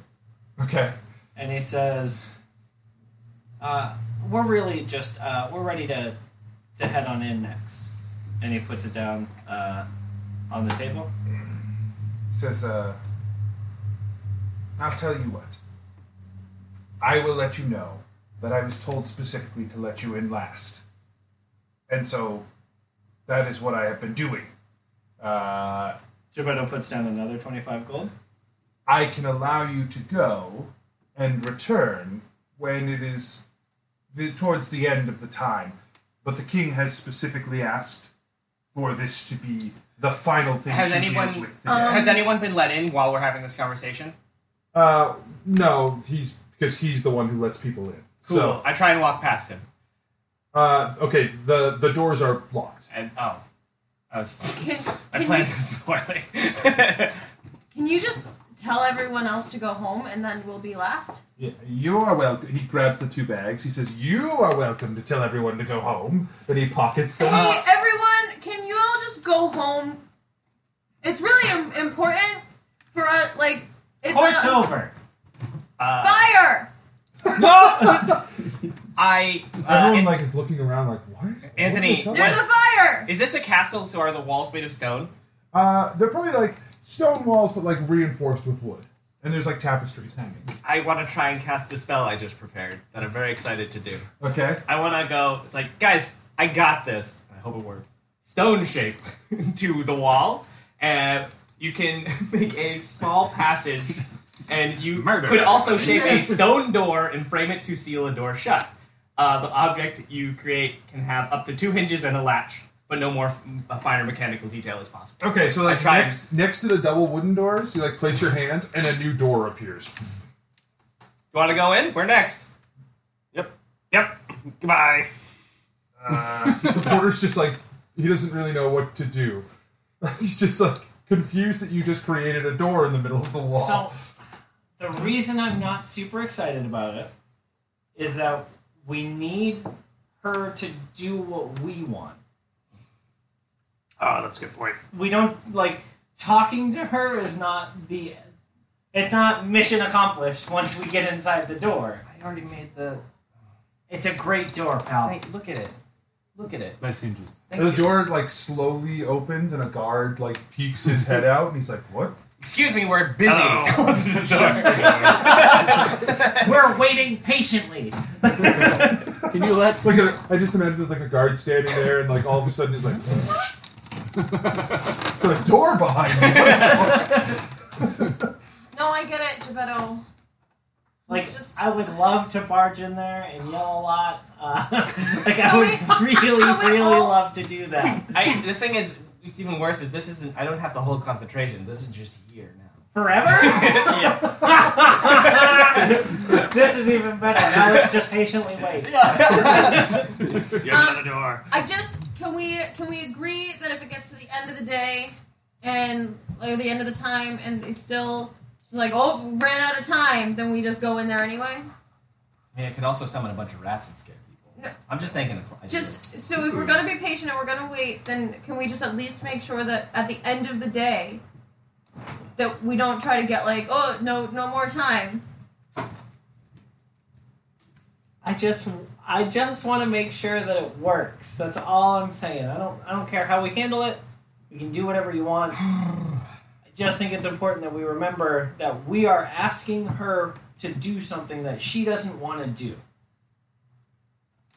I: Okay.
E: and he says, uh, We're really just, uh, we're ready to, to head on in next. And he puts it down uh, on the table.
I: He says, uh, I'll tell you what. I will let you know that I was told specifically to let you in last. And so, that is what I have been doing. Uh,
E: Gebetto puts down another 25 gold.
I: I can allow you to go and return when it is the, towards the end of the time. But the king has specifically asked for this to be the final thing
J: Has
I: she
J: anyone-
I: deals with today.
D: Um,
J: Has anyone been let in while we're having this conversation?
I: uh, no, he's because he's the one who lets people in. So
J: I try and walk past him.
I: uh, okay, the the doors are locked.
J: And oh, I, was,
D: can
J: I
D: can
J: planned
D: you
J: this poorly.
D: can you just tell everyone else to go home, and then we'll be last.
I: Yeah, You are welcome. He grabs the two bags. He says, "You are welcome to tell everyone to go home." And he pockets them.
D: Hey, everyone, can you all just go home? It's really Im- important for us. Like, it's
H: Court's
D: not-
H: over.
D: fire.
J: I uh,
I: Everyone like is looking around, like, "What?" What
J: Anthony,
I: are they talking
D: There's a fire.
J: is this a castle? So are the walls made of stone?
I: Uh, they're probably like stone walls, but like reinforced with wood. And there's like tapestries hanging.
J: I want to try and cast a spell I just prepared that I'm very excited to do.
I: Okay.
J: I want to go. It's like, guys, I got this. I hope it works. Stone shape to the wall, and you can make a small passage, and you
B: Murder.
J: could also shape a stone door and frame it to seal a door shut. Uh, the object you create can have up to two hinges and a latch, but no more f- a finer mechanical detail is possible.
I: Okay, so like
J: I tried.
I: next next to the double wooden doors, you like place your hands and a new door appears.
J: You want to go in? We're next.
F: Yep. Yep. Goodbye.
I: The porter's just like he doesn't really know what to do. He's just like confused that you just created a door in the middle of the wall.
E: So, the reason I'm not super excited about it is that we need her to do what we want.
F: Oh, that's a good point.
E: We don't like talking to her is not the it's not mission accomplished once we get inside the door.
J: I already made the.
E: It's a great door, pal.
J: Thank, look at it. Look at it.
B: Nice hinges.
J: Thank
I: and the
J: you.
I: door like slowly opens and a guard like peeks his head out and he's like, "What?"
J: Excuse me, we're busy.
B: Hello.
J: Closes the door.
E: We're waiting patiently.
B: Can you let?
I: Like a, I just imagine there's like a guard standing there and like all of a sudden he's like, "It's a door behind me." What the fuck?
D: No, I get it, Geppetto.
E: Like
D: It's just-
E: I would love to barge in there and yell a lot. Uh, like I
D: Are
E: would
D: we-
E: really,
D: are we
E: really
D: all-
E: love to do that.
J: I, the thing is, it's even worse is this isn't. I don't have to hold concentration. This is just here now.
E: Forever?
J: yes.
E: this is even better. Now let's just patiently wait.
F: You have another door.
D: I just can we can we agree that if it gets to the end of the day and like the end of the time and they still just like oh ran out of time, then we just go in there anyway.
J: I mean, I could also summon a bunch of rats and scare people.
D: No.
J: I'm just thinking of ideas.
D: Just so if we're gonna be patient and we're gonna wait, then can we just at least make sure that at the end of the day that we don't try to get like oh no no more time.
E: I just I just want to make sure that it works. That's all I'm saying. I don't I don't care how we handle it. We can do whatever you want. I just think it's important that we remember that we are asking her to do something that she doesn't want to do.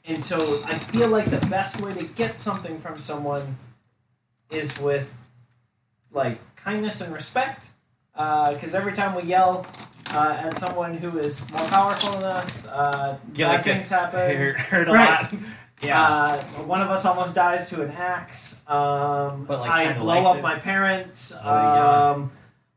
E: And so I feel like the best way to get something from someone is with like kindness and respect. Because every time we yell uh, at someone who is more powerful than us, uh, bad things happen.
J: hurt a
E: Right.
J: lot. Yeah.
E: Uh, one of us almost dies to an axe. Um,
J: But, like,
E: I
J: kinda
E: blow
J: likes
E: up
J: it.
E: my parents.
J: Oh, yeah.
E: um,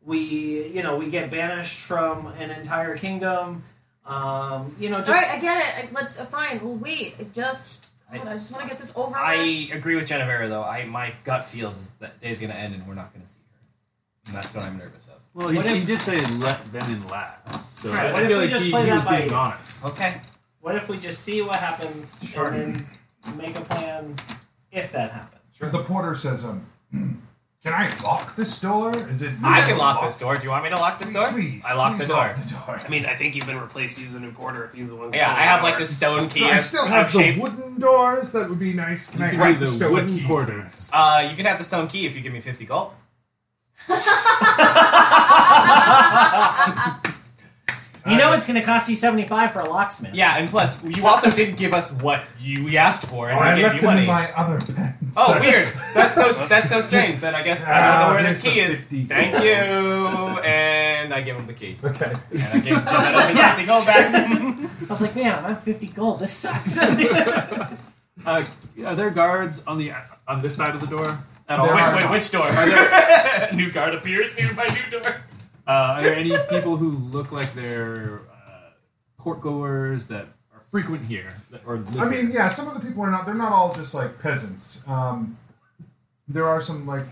E: we, you know, we get banished from an entire kingdom. Um, you know, just
D: All right, I get it. I, let's uh, fine. We'll wait. I just God, I, just want to get this over. with.
J: I agree with Genevera though. I my gut feels is that day's gonna end and we're not gonna see her. And that's what I'm nervous of.
B: Well, he,
E: What if-
B: he did say let them in last, so
E: Right,
B: I-
E: what
B: I
E: if
B: feel
E: we
B: like
E: just
B: he, he
E: play that
B: was being
E: by-
B: honest.
J: Okay.
E: what if we just see what happens and then make a plan if that happens?
I: The porter says, "Um, can I lock this door? Is it
J: I can lock this door. Do you want me to lock this door?
I: Please,
J: I lock
I: please
J: the door.
I: door.
F: I mean, I think you've been replaced. He's the new porter. If he's the one.
J: Yeah, I have like this stone key.
I: I
J: I've-
I: still
J: I've
I: have the
J: shaped.
I: wooden doors. That would be nice. Can
B: You
I: I
B: can
I: have
B: do
I: the
B: the
I: stone
B: wooden
I: key?
B: quarters.
J: Uh, you can have the stone key if you give me 50 gold.
E: You know, it's going to cost you seventy five for a locksmith.
J: Yeah, and plus, you also didn't give us what you we asked for,
I: Oh,
J: and
I: I
J: we
I: left
J: gave you
I: them
J: money.
I: in my other pants.
J: oh, weird. That's so that's so strange. Then I guess I don't know
I: Ah,
J: where this
I: there's
J: key
I: the
J: is.
I: 50
J: Thank
I: gold.
J: you, and I give him the key.
I: Okay.
J: And I gave him fifty gold back.
E: I was like, man, I'm at fifty gold. This sucks.
B: Uh, are there guards on the on this side of the door at all?
I: There
J: Wait,
I: are-
J: wait, which door? new guard appears near my new door.
B: Uh, are there any people who look like they're uh, court goers that are frequent here? That, or live
I: I mean,
B: here?
I: yeah, some of the people are not. They're not all just like peasants. Um, there are some like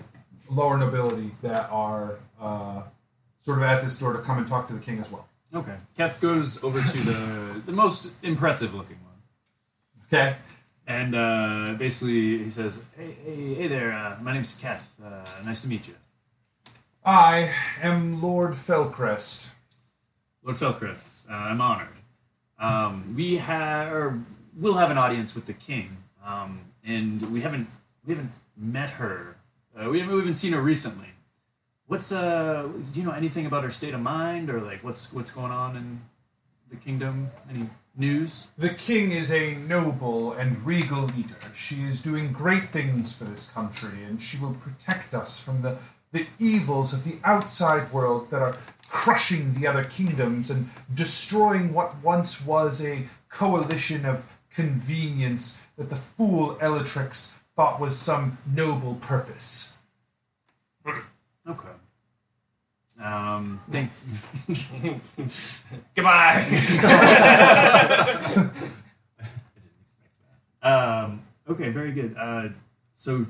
I: lower nobility that are uh, sort of at this door to come and talk to the king as well.
J: Okay. Keth goes over to the the most impressive looking one,
I: Okay.
J: and uh, basically he says, "Hey, hey, hey there. Uh, my name's Keth. Uh, nice to meet you,
I: I am Lord Felcrest.
J: Lord Felcrest. Uh, I'm honored. Um, we have or will have an audience with the king, um, and we haven't we haven't met her. Uh, we haven't we haven't seen her recently. What's uh? Do you know anything about her state of mind or like what's what's going on in the kingdom? Any news?"
I: The king is a noble and regal leader. She is doing great things for this country, and she will protect us from the, the evils of the outside world that are crushing the other kingdoms and destroying what once was a coalition of convenience that the fool Elatrix thought was some noble purpose.
J: Okay. Um, thank-
L: Goodbye.
J: um, okay, very good. Uh, so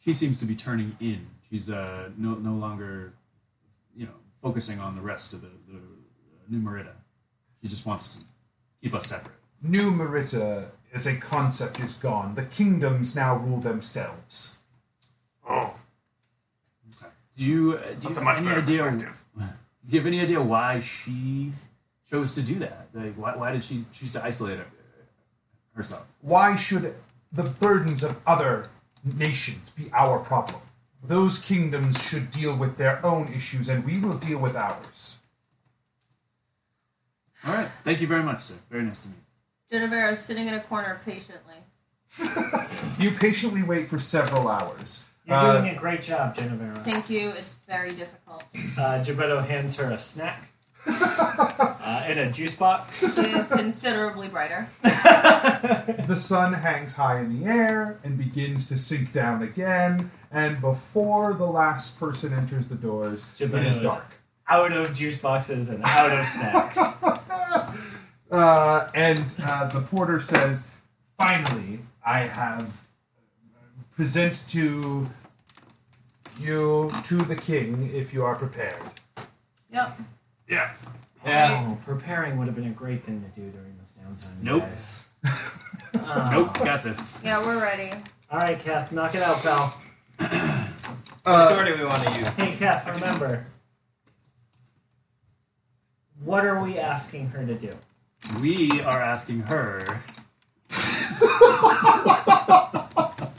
J: she seems to be turning in. She's uh, no, no longer, you know, focusing on the rest of the, the uh, numerita. She just wants to keep us separate.
I: New Merita as a concept is gone. The kingdoms now rule themselves.
J: Do you, uh, do you have any idea? Do you have any idea why she chose to do that? Like, why, why did she choose to isolate her- herself?
I: why should the burdens of other nations be our problem? Those kingdoms should deal with their own issues, and we will deal with ours.
J: All right. Thank you very much, sir. Very nice to meet you.
D: Genevera is sitting in a corner patiently.
I: You patiently wait for several hours.
E: You're
I: Uh,
E: doing a great job, Genevera.
D: Thank you. It's very difficult.
E: Uh, Gebetto hands her a snack uh, in a juice box.
D: She is considerably brighter.
I: the sun hangs high in the air and begins to sink down again, and before the last person enters the doors, it is
E: Geppetto's-
I: dark.
E: Out of juice boxes and out of snacks.
I: Uh, and uh, the porter says, "Finally, I have present to you to the king if you are prepared."
D: Yep.
L: yeah.
E: Oh, preparing would have been a great thing to do during this downtime.
J: Nope.
E: guys.
J: Nope. Got this.
D: Yeah, we're ready.
E: All right, Kath, knock it out, pal.
I: Uh,
F: door do we want to use?
E: Hey, Kath, remember. What are we asking her to do?
J: We are asking her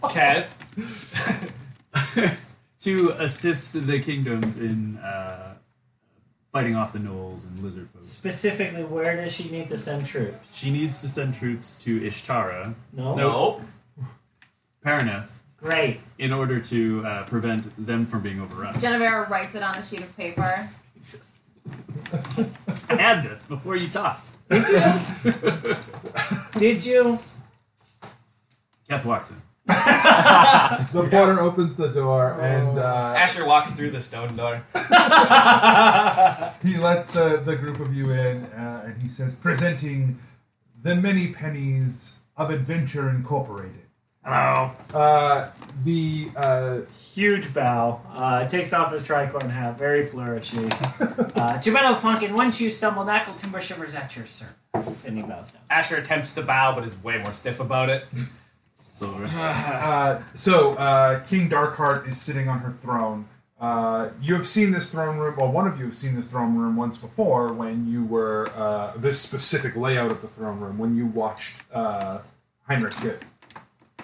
L: Kev.
J: to assist the kingdoms in uh, fighting off the gnolls and lizard folks.
E: Specifically, where does she need to send troops?
J: She needs to send troops to Ishtara,
E: No?
L: Nope.
J: Paraneth,
E: Great.
J: in order to uh, prevent them from being overrun.
D: Genevera writes it on a sheet of paper.
J: I had this before you talked.
E: Did you?
J: Kath Watson.
I: the porter opens the door and uh,
F: Asher walks through the stone door.
I: he lets the, the group of you in, uh, and he says, "Presenting the many pennies of Adventure Incorporated."
J: Hello.
I: Uh, the uh,
E: Huge bow. Uh, takes off his tricorn hat, very flourishly. uh, Geppetto Funkin, once you stumble, knuckle timber shivers at your service. And he bows down.
F: Asher attempts to bow, but is way more stiff about it.
J: So,
I: Uh, so uh, King Darkheart is sitting on her throne. Uh, you have seen this throne room, well, one of you have seen this throne room once before when you were uh, this specific layout of the throne room when you watched uh, Heinrich get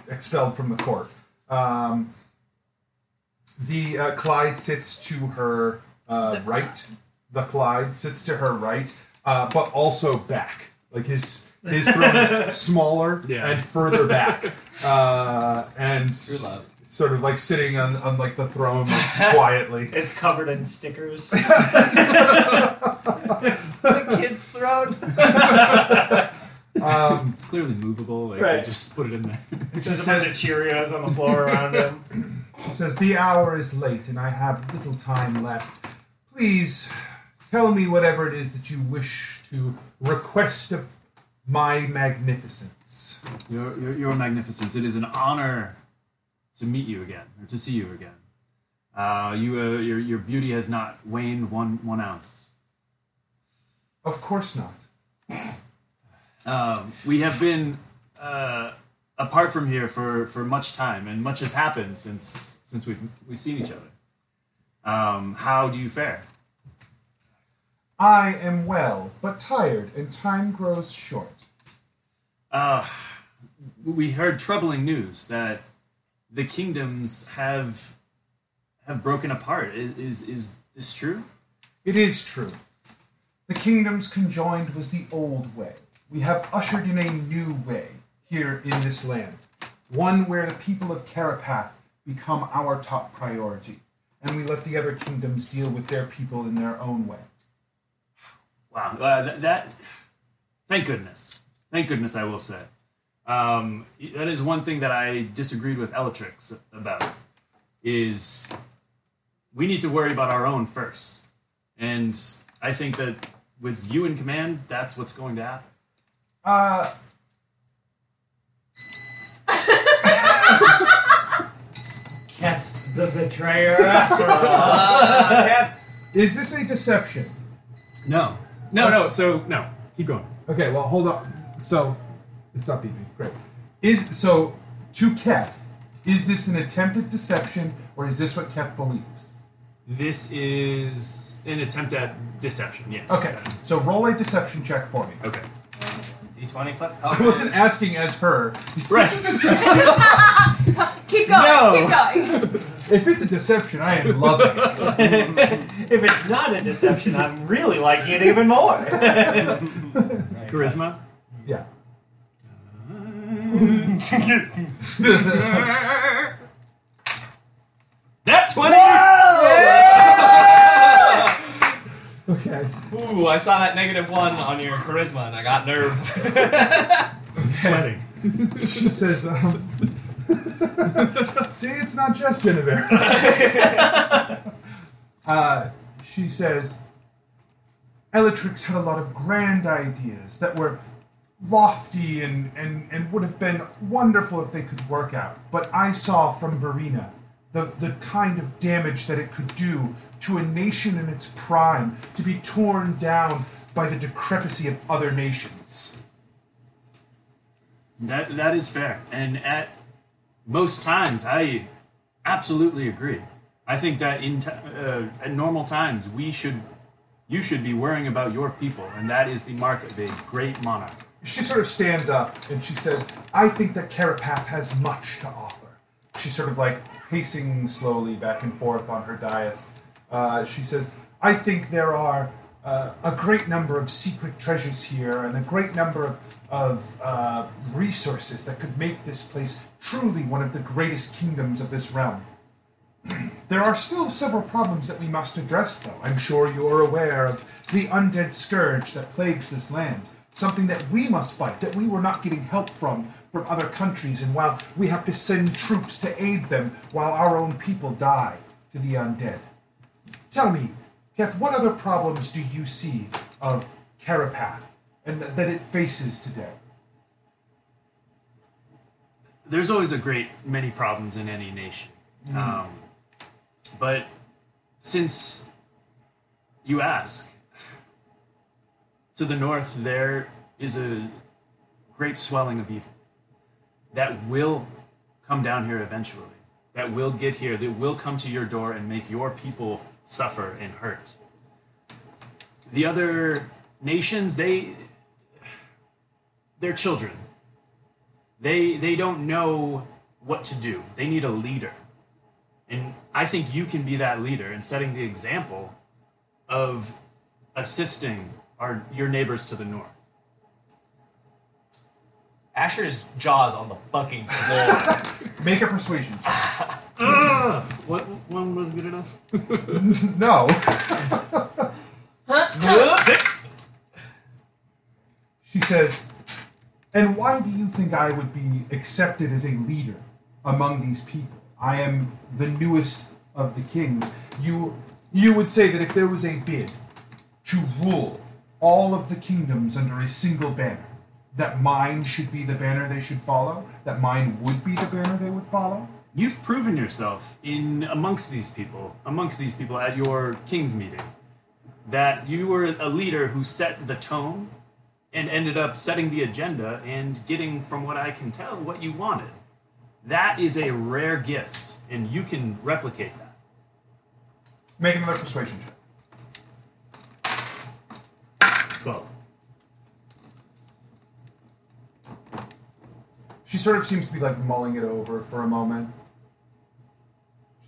I: expelled from the court. Um, the uh, Clyde sits to her uh, right. The Clyde sits to her right, uh, but also back. Like his his throne is smaller
J: Yeah.
I: and further back, uh, and
F: love.
I: sort of like sitting on, on like the throne like, quietly.
E: It's covered in stickers.
F: The kid's thrown.
I: Um,
J: it's clearly movable. Like,
E: Right.
J: they just put it in there.
E: There's a
I: She
E: bunch of
I: says-
E: Cheerios on the floor around him.
I: says the hour is late and I have little time left. Please tell me whatever it is that you wish to request of my magnificence.
J: Your, your, your magnificence. It is an honor to meet you again, or to see you again. Uh, you, uh, your, your beauty has not waned one, one ounce.
I: Of course not.
J: Um, we have been uh, apart from here for, for much time, and much has happened since since we've we've seen each other. Um, how do you fare?
I: I am well, but tired, and time grows short.
J: Uh, we heard troubling news that the kingdoms have have broken apart. Is is, is this true?
I: It is true. The kingdoms conjoined was the old way. We have ushered in a new way here in this land, one where the people of Carapath become our top priority, and we let the other kingdoms deal with their people in their own way.
J: Wow, uh, that, that thank goodness, thank goodness, I will say. Um, that is one thing that I disagreed with Elatrix about. Is we need to worry about our own first, and I think that with you in command, that's what's going to happen.
I: Uh,
E: Keth's the betrayer after all.
I: is this a deception?
J: No, no, no. So no, keep going.
I: Okay, well, hold on. So, it's not beeping. Great. Is so to Keth? Is this an attempted deception, or is this what Keth believes?
J: This is an attempt at deception. Yes.
I: Okay, so roll a deception check for me.
J: Okay.
F: D20 plus
I: I
F: color.
I: wasn't asking as her. Is
J: Right.
I: this a deception?
D: Keep going.
J: No.
D: Keep going.
I: if it's a deception, I am loving it.
E: If it's not a deception, I'm really liking it even more.
J: Charisma.
I: Yeah.
J: That twenty.
I: Okay.
F: Ooh, I saw that negative one on your charisma and I got nerve.
J: Sweating.
I: She says, um, "See, it's not just Genevieve." uh, she says, "Elatrix had a lot of grand ideas that were lofty and, and, and would have been wonderful if they could work out. But I saw from Verena the, the kind of damage that it could do to a nation in its prime to be torn down by the decrepicy of other nations."
J: That that is fair, and at most times I absolutely agree. I think that in t- uh, at normal times we should, you should be worrying about your people, and that is the mark of a great monarch.
I: She sort of stands up and she says, I think that Carapath has much to offer. She's sort of like pacing slowly back and forth on her dais. Uh, she says, I think there are uh, a great number of secret treasures here and a great number of, of uh, resources that could make this place truly one of the greatest kingdoms of this realm. There are still several problems that we must address, though. I'm sure you are aware of the undead scourge that plagues this land, something that we must fight, that we were not getting help from from other countries, and while we have to send troops to aid them, while our own people die to the undead. Tell me, Keth, what other problems do you see of Carapath and th- that it faces today?
J: there's always a great many problems in any nation. Um, but since you ask, to the north there is a great swelling of evil that will come down here eventually, that will get here, that will come to your door and make your people suffer and hurt. The other nations, they. They're children they they don't know what to do they need a leader and i think you can be that leader in setting the example of assisting our your neighbors to the north
F: Asher's jaw's on the fucking floor.
I: Make a persuasion. check.
J: what one was good enough
I: no.
J: six
I: She says, And why do you think I would be accepted as a leader among these people? I am the newest of the kings. You you would say that if there was a bid to rule all of the kingdoms under a single banner, that mine should be the banner they should follow, that mine would be the banner they would follow?
J: You've proven yourself in amongst these people, amongst these people at your king's meeting, that you were a leader who set the tone and ended up setting the agenda and getting, from what I can tell, what you wanted. That is a rare gift, and you can replicate that.
I: Make another persuasion check.
J: 12.
I: She sort of seems to be like mulling it over for a moment.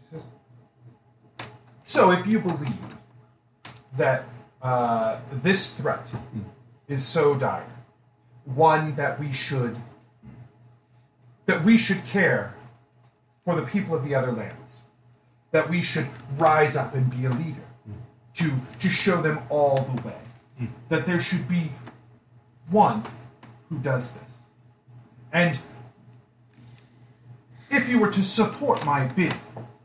I: She says, "So, if you believe that uh, this threat is so dire, one that we should that we should care for the people of the other lands, that we should rise up and be a leader to to show them all the way, that there should be one who does this." And if you were to support my bid,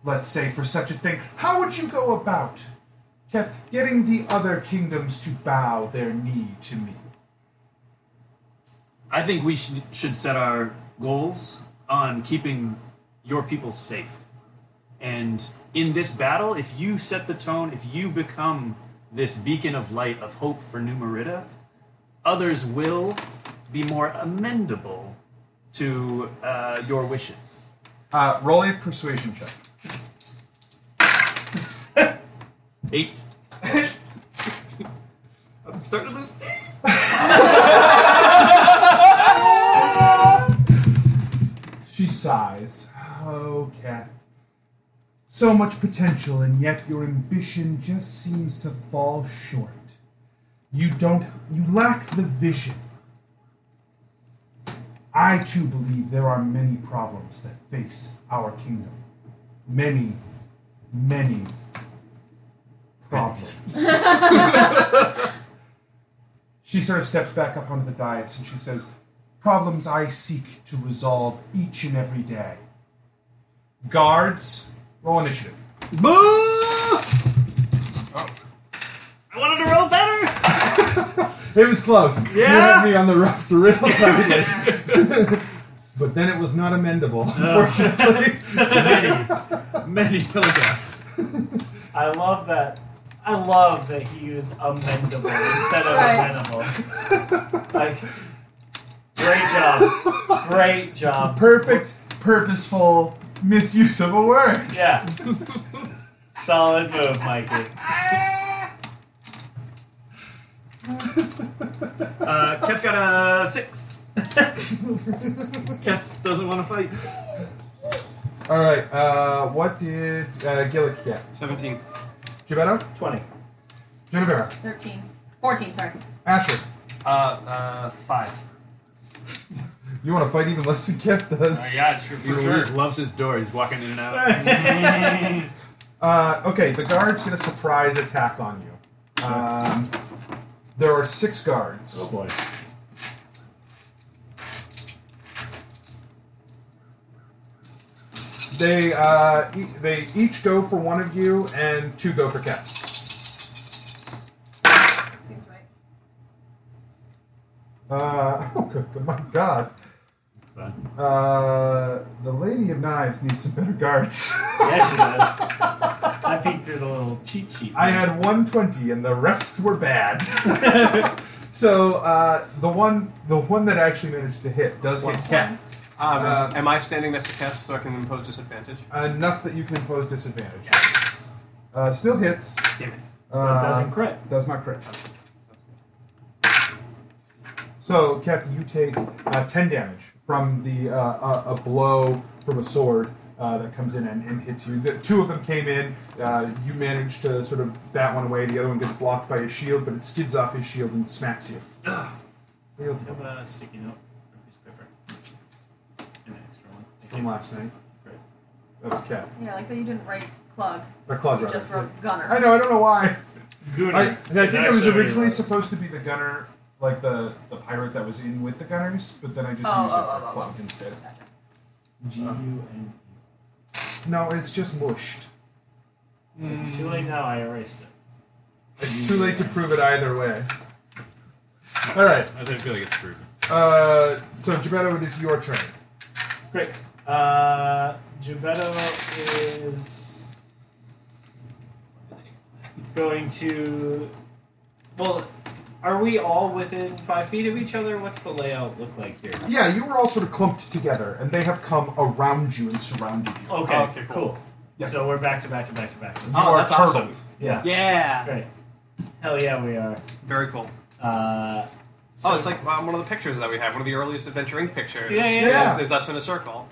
I: let's say for such a thing, how would you go about, Kef, getting the other kingdoms to bow their knee to me?
J: I think we should, should set our goals on keeping your people safe. And in this battle, if you set the tone, if you become this beacon of light, of hope for New Merida, others will be more amendable to uh, your wishes.
I: Uh, roll a persuasion check.
J: Eight. I'm starting to lose steam.
I: She sighs. Oh, Kef. So much potential, and yet your ambition just seems to fall short. You don't. You lack the vision. I too believe there are many problems that face our kingdom. Many, many problems. she sort of steps back up onto the dais and she says, Problems I seek to resolve each and every day. Guards, roll initiative.
J: I wanted to roll better.
I: It was close. You
J: Yeah?
I: had me on the ropes real tight. but then it was not amendable, unfortunately.
J: Many kilograms.
E: I love that. I love that he used amendable instead of
D: Right.
E: amenable. Like, great job, great job.
I: Perfect, purposeful misuse of a word.
E: Yeah, solid move, Mikey.
I: Um,
J: Uh, Kef got a six. Kef doesn't want to fight.
I: All right. Uh, what did uh, Gillick get?
F: 17.
I: Gibetto?
E: Twenty.
I: Junivera?
D: 13. 14, sorry.
I: Asher?
M: Uh, uh, five.
I: You want to fight even less than Kef does?
M: yeah, sure,
J: He
M: for sure.
J: just loves his door. He's walking in and out.
I: Uh, okay, the guards get a surprise attack on you. Um, there are six guards.
E: Oh boy.
I: They uh, e- they each go for one of you, and two go for Kef.
D: Seems right.
I: Uh, oh, good, good, my God.
J: fine.
I: Uh, the Lady of Knives needs some better guards.
E: Yeah, she does. I peeked through the little cheat sheet.
I: I had 120, and the rest were bad. so uh, the one the one that actually managed to hit does hit Kef.
F: Um,
I: Uh,
F: am I standing next to Kess so I can impose disadvantage?
I: Enough that you can impose disadvantage. Uh, still hits.
J: Damn it.
I: Uh,
E: doesn't crit.
I: Does not crit. So, Captain, you take uh, 10 damage from the uh, a, a blow from a sword uh, that comes in and, and hits you. The, two of them came in. Uh, you manage to sort of bat one away. The other one gets blocked by his shield, but it skids off his shield and smacks you. Real
E: I have a sticky note, a piece of paper, and an extra one. Thank
I: From
E: you.
I: last night.
E: Great.
I: That was Cap.
D: Yeah, I like that you didn't write Clug.
I: Or Claude,
D: You
I: rather.
D: just wrote Gunner.
I: I know, I don't know why.
E: Gooner.
I: I, I think it was
E: Actually,
I: originally
E: uh,
I: supposed to be the gunner, like the, the pirate that was in with the gunners, but then I just
D: Oh,
I: used
D: oh,
I: it
D: oh,
I: for
D: oh,
I: cloak
D: oh.
I: instead.
D: Gotcha.
E: G U N
I: No, it's just mushed.
E: E. It's too late now. I erased it.
I: It's too late to prove it either way. All right,
B: I feel like it's proven.
I: uh, so Gebetto, it is your turn.
E: Great. Uh, Uh, Gebetto is going to. Well, are we all within five feet of each other? What's the layout look like here?
N: Yeah, you were all sort of clumped together, and they have come around you and surrounded you.
E: Okay,
F: Oh, okay, cool.
E: cool. So we're back to back to back to back.
I: Oh.
N: You are
F: that's awesome.
N: turtled. Yeah.
F: Yeah.
E: Great. Hell yeah, we are.
F: Very cool.
E: Uh,
F: oh, it's like um, one of the pictures that we have, one of the earliest Adventure Inc. pictures.
E: Yeah, yeah,
N: yeah.
F: Is, is us in a circle.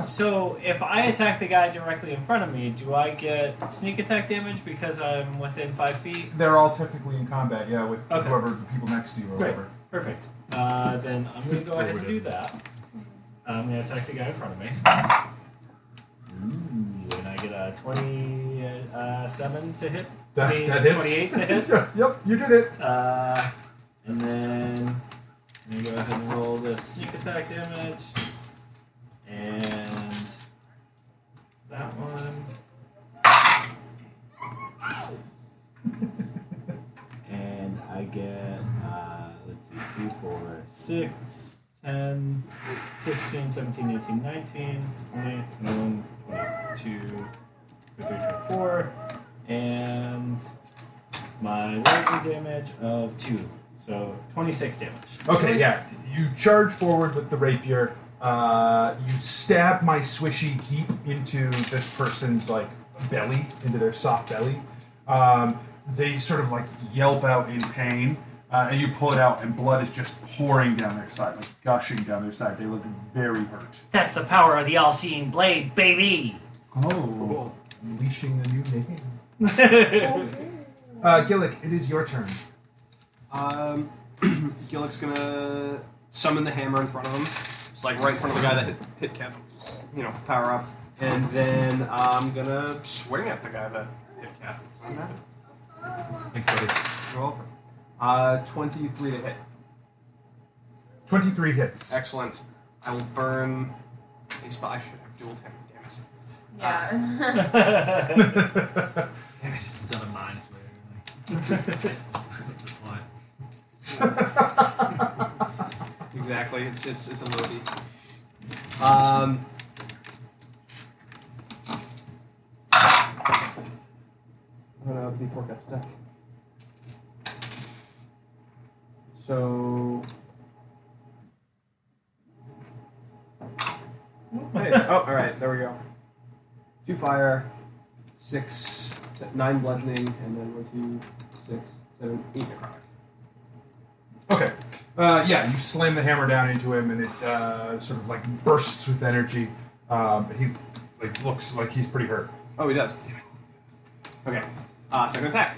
E: So if I attack the guy directly in front of me, do I get sneak attack damage because I'm within five feet?
I: They're all technically in combat, yeah, with
E: Okay.
I: whoever the people next to you or
E: Great.
I: whatever.
E: Perfect. Uh, then I'm going to go ahead and do that. I'm going to attack the guy in front of me. Ooh, and I get a 27 to hit.
I: That,
E: 20
I: that hits.
E: 28 to hit.
I: Yeah, yep, you did it.
E: Uh, and then I'm going to go ahead and roll the sneak attack damage. And that one. And I get, uh, let's see, 2, 4, 6, 10, 16, 17, 18, 19, 20, 21, 22, 23, 24, and my lightning damage of 2. So 26 damage.
I: Okay, yeah. You charge forward with the rapier. Uh, you stab my swishy deep into this person's like belly, into their soft belly. Um, they sort of like yelp out in pain, uh, and you pull it out, and blood is just pouring down their side, like gushing down their side. They look very hurt.
H: That's the power of the all-seeing blade, baby.
I: Oh, unleashing the new name. Uh, Gillick, it is your turn.
F: Um, Gillick's gonna summon the hammer in front of him. It's like right in front of the guy that hit, hit Kevin. You know, power up. And then I'm gonna swing at the guy that hit Kevin. I'm at it.
B: Thanks, buddy.
F: Go over. Uh, 23 to hit.
I: Twenty-three hits.
F: Excellent. I will burn a spot. I should have dual hammer, damn it.
D: Yeah.
G: It's on a mind flare. like, What's the point?
F: Exactly. It's it's it's a low D. Um. Oh no, the D4 got stuck. So. Hey, oh, all right. There we go. Two fire, six, se- nine bludgeoning, and then one, two, six, seven, eight necrotic.
I: Okay. Uh, yeah, you slam the hammer down into him, and it uh, sort of like bursts with energy. Um, but he like looks like he's pretty hurt.
F: Oh, he does. Damn it. Okay. Uh, second attack.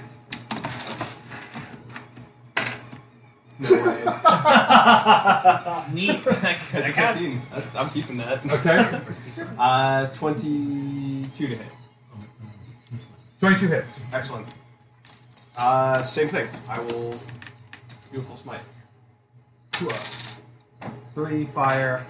F: No way.
G: Neat.
F: That's a 15. That's, I'm keeping that.
I: Okay,
F: Uh, 22 to hit.
I: twenty-two hits.
F: Excellent. Uh, same thing. I will do a full smite. Two up. Three fire.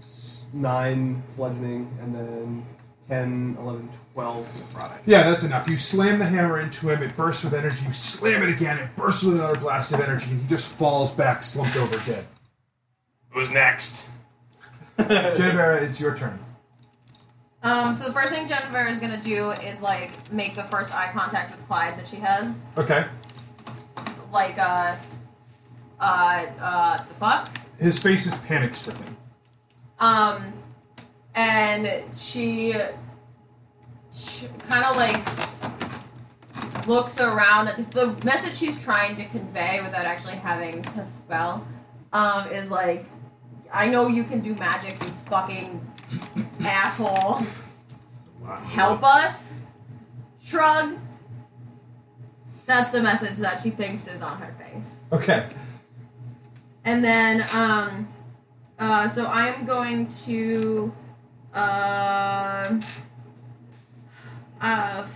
F: s- Nine bludgeoning, and then 10, 11, 12 necrotic.
I: Yeah, that's enough. You slam the hammer into him. It bursts with energy. You slam it again. It bursts with another blast of energy, and he just falls back, slumped over, dead.
F: Who's next?
I: Jennifer, it's your turn.
D: um, so the first thing Jennifer is gonna do is like make the first eye contact with Clyde that she has.
I: Okay.
D: Like uh uh uh the fuck?
I: His face is panic-stricken.
D: Um, and she, she kind of like looks around. at The message she's trying to convey without actually having to spell um, is like, I know you can do magic, you fucking asshole. Help us? Shrug. That's the message that she thinks is on her face.
I: Okay.
D: And then, um, uh, so I am going to, uh, uh,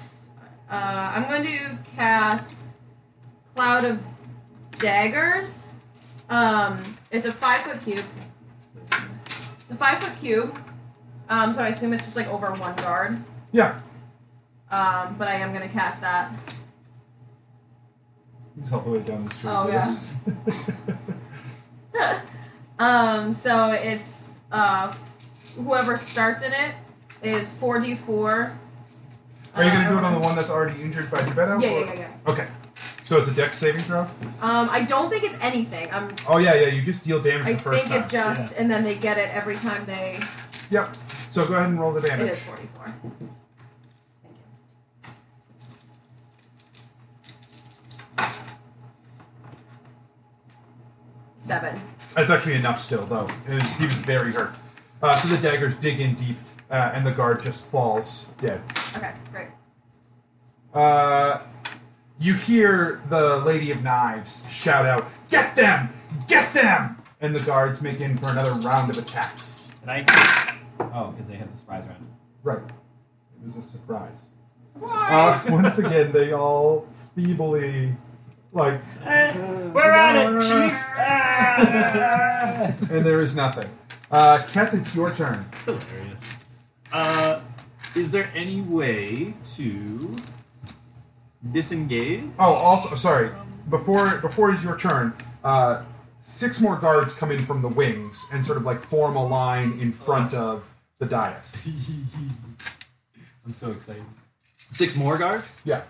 D: uh, I'm going to cast Cloud of Daggers. Um, it's a five foot cube. It's a five foot cube. Um, so I assume it's just like over one guard.
I: Yeah.
D: Um, but I am going to cast that.
I: He's all the way down the street.
D: Oh, yeah. Um, so it's uh, whoever starts in it is 4d4.
I: Are you going to
D: uh,
I: do it on the one that's already injured by Gebetto?
D: Yeah,
I: or-
D: yeah, yeah, yeah.
I: Okay. So it's a dex saving throw?
D: Um, I don't think it's anything. I'm,
I: Oh, yeah, yeah. You just deal damage
D: I
I: the first
D: think
I: time.
D: it just, and then they get it every time they.
I: Yep. So go ahead and roll the
D: It
I: damage.
D: is 44. Seven.
I: That's actually enough still, though. It was- he was very hurt. Uh, so the daggers dig in deep, uh, and the guard just falls dead.
D: Okay, great.
I: Uh, you hear the Lady of Knives shout out, Get them! Get them! And the guards make in for another round of attacks.
F: And I. Oh, because they had the surprise round.
I: Right. It was a surprise. Uh, once again, they all feebly, like,
O: We're on it, Chief.
I: and there is nothing. Uh, Keth, it's your turn.
J: Hilarious. Uh, is there any way to disengage?
I: Oh, also, sorry. Before before is your turn. Uh, six more guards come in from the wings and sort of like form a line in front
O: Uh-huh.
I: of the dais.
J: I'm so excited. Six more guards?
I: Yeah,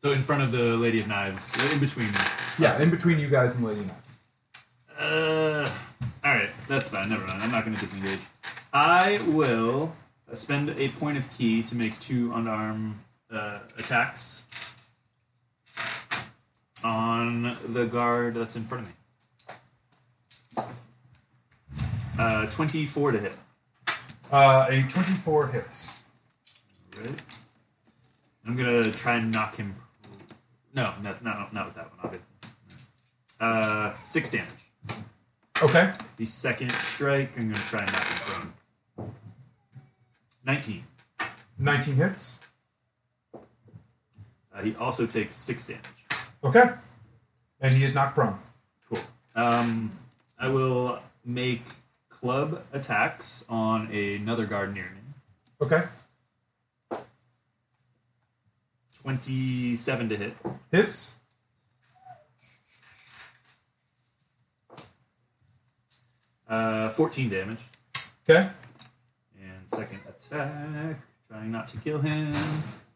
J: So in front of the Lady of Knives, in between.
I: yeah. In between you guys and Lady Knives.
J: Uh, all right, that's fine. Never mind. I'm not going to disengage. I will spend a point of key to make two unarmed uh, attacks on the guard that's in front of me. Uh, 24 to hit.
I: Uh, a twenty-four hits.
J: All right. I'm gonna try and knock him. No, no, no, not with that one. Obviously. Uh, six damage.
I: Okay.
J: The second strike, I'm gonna try and knock him prone. 19.
I: Nineteen hits.
J: Uh, he also takes six damage.
I: Okay. And he is knocked prone.
J: Cool. Um, I will make club attacks on another guard near me.
I: Okay.
J: 27 to hit.
I: Hits.
J: Uh, 14 damage.
I: Okay.
J: And second attack, trying not to kill him.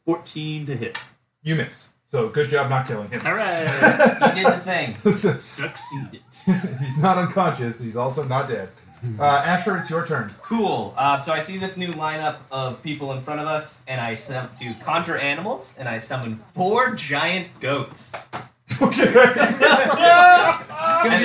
J: 14 to hit.
I: You miss. So good job not killing him.
J: All right,
F: You did the thing.
J: succeeded.
I: He's not unconscious. He's also not dead. Uh, Asher, it's your turn.
F: Cool. Uh, so I see this new lineup of people in front of us, and I sum- do conjure animals, and I summon four giant goats. Okay.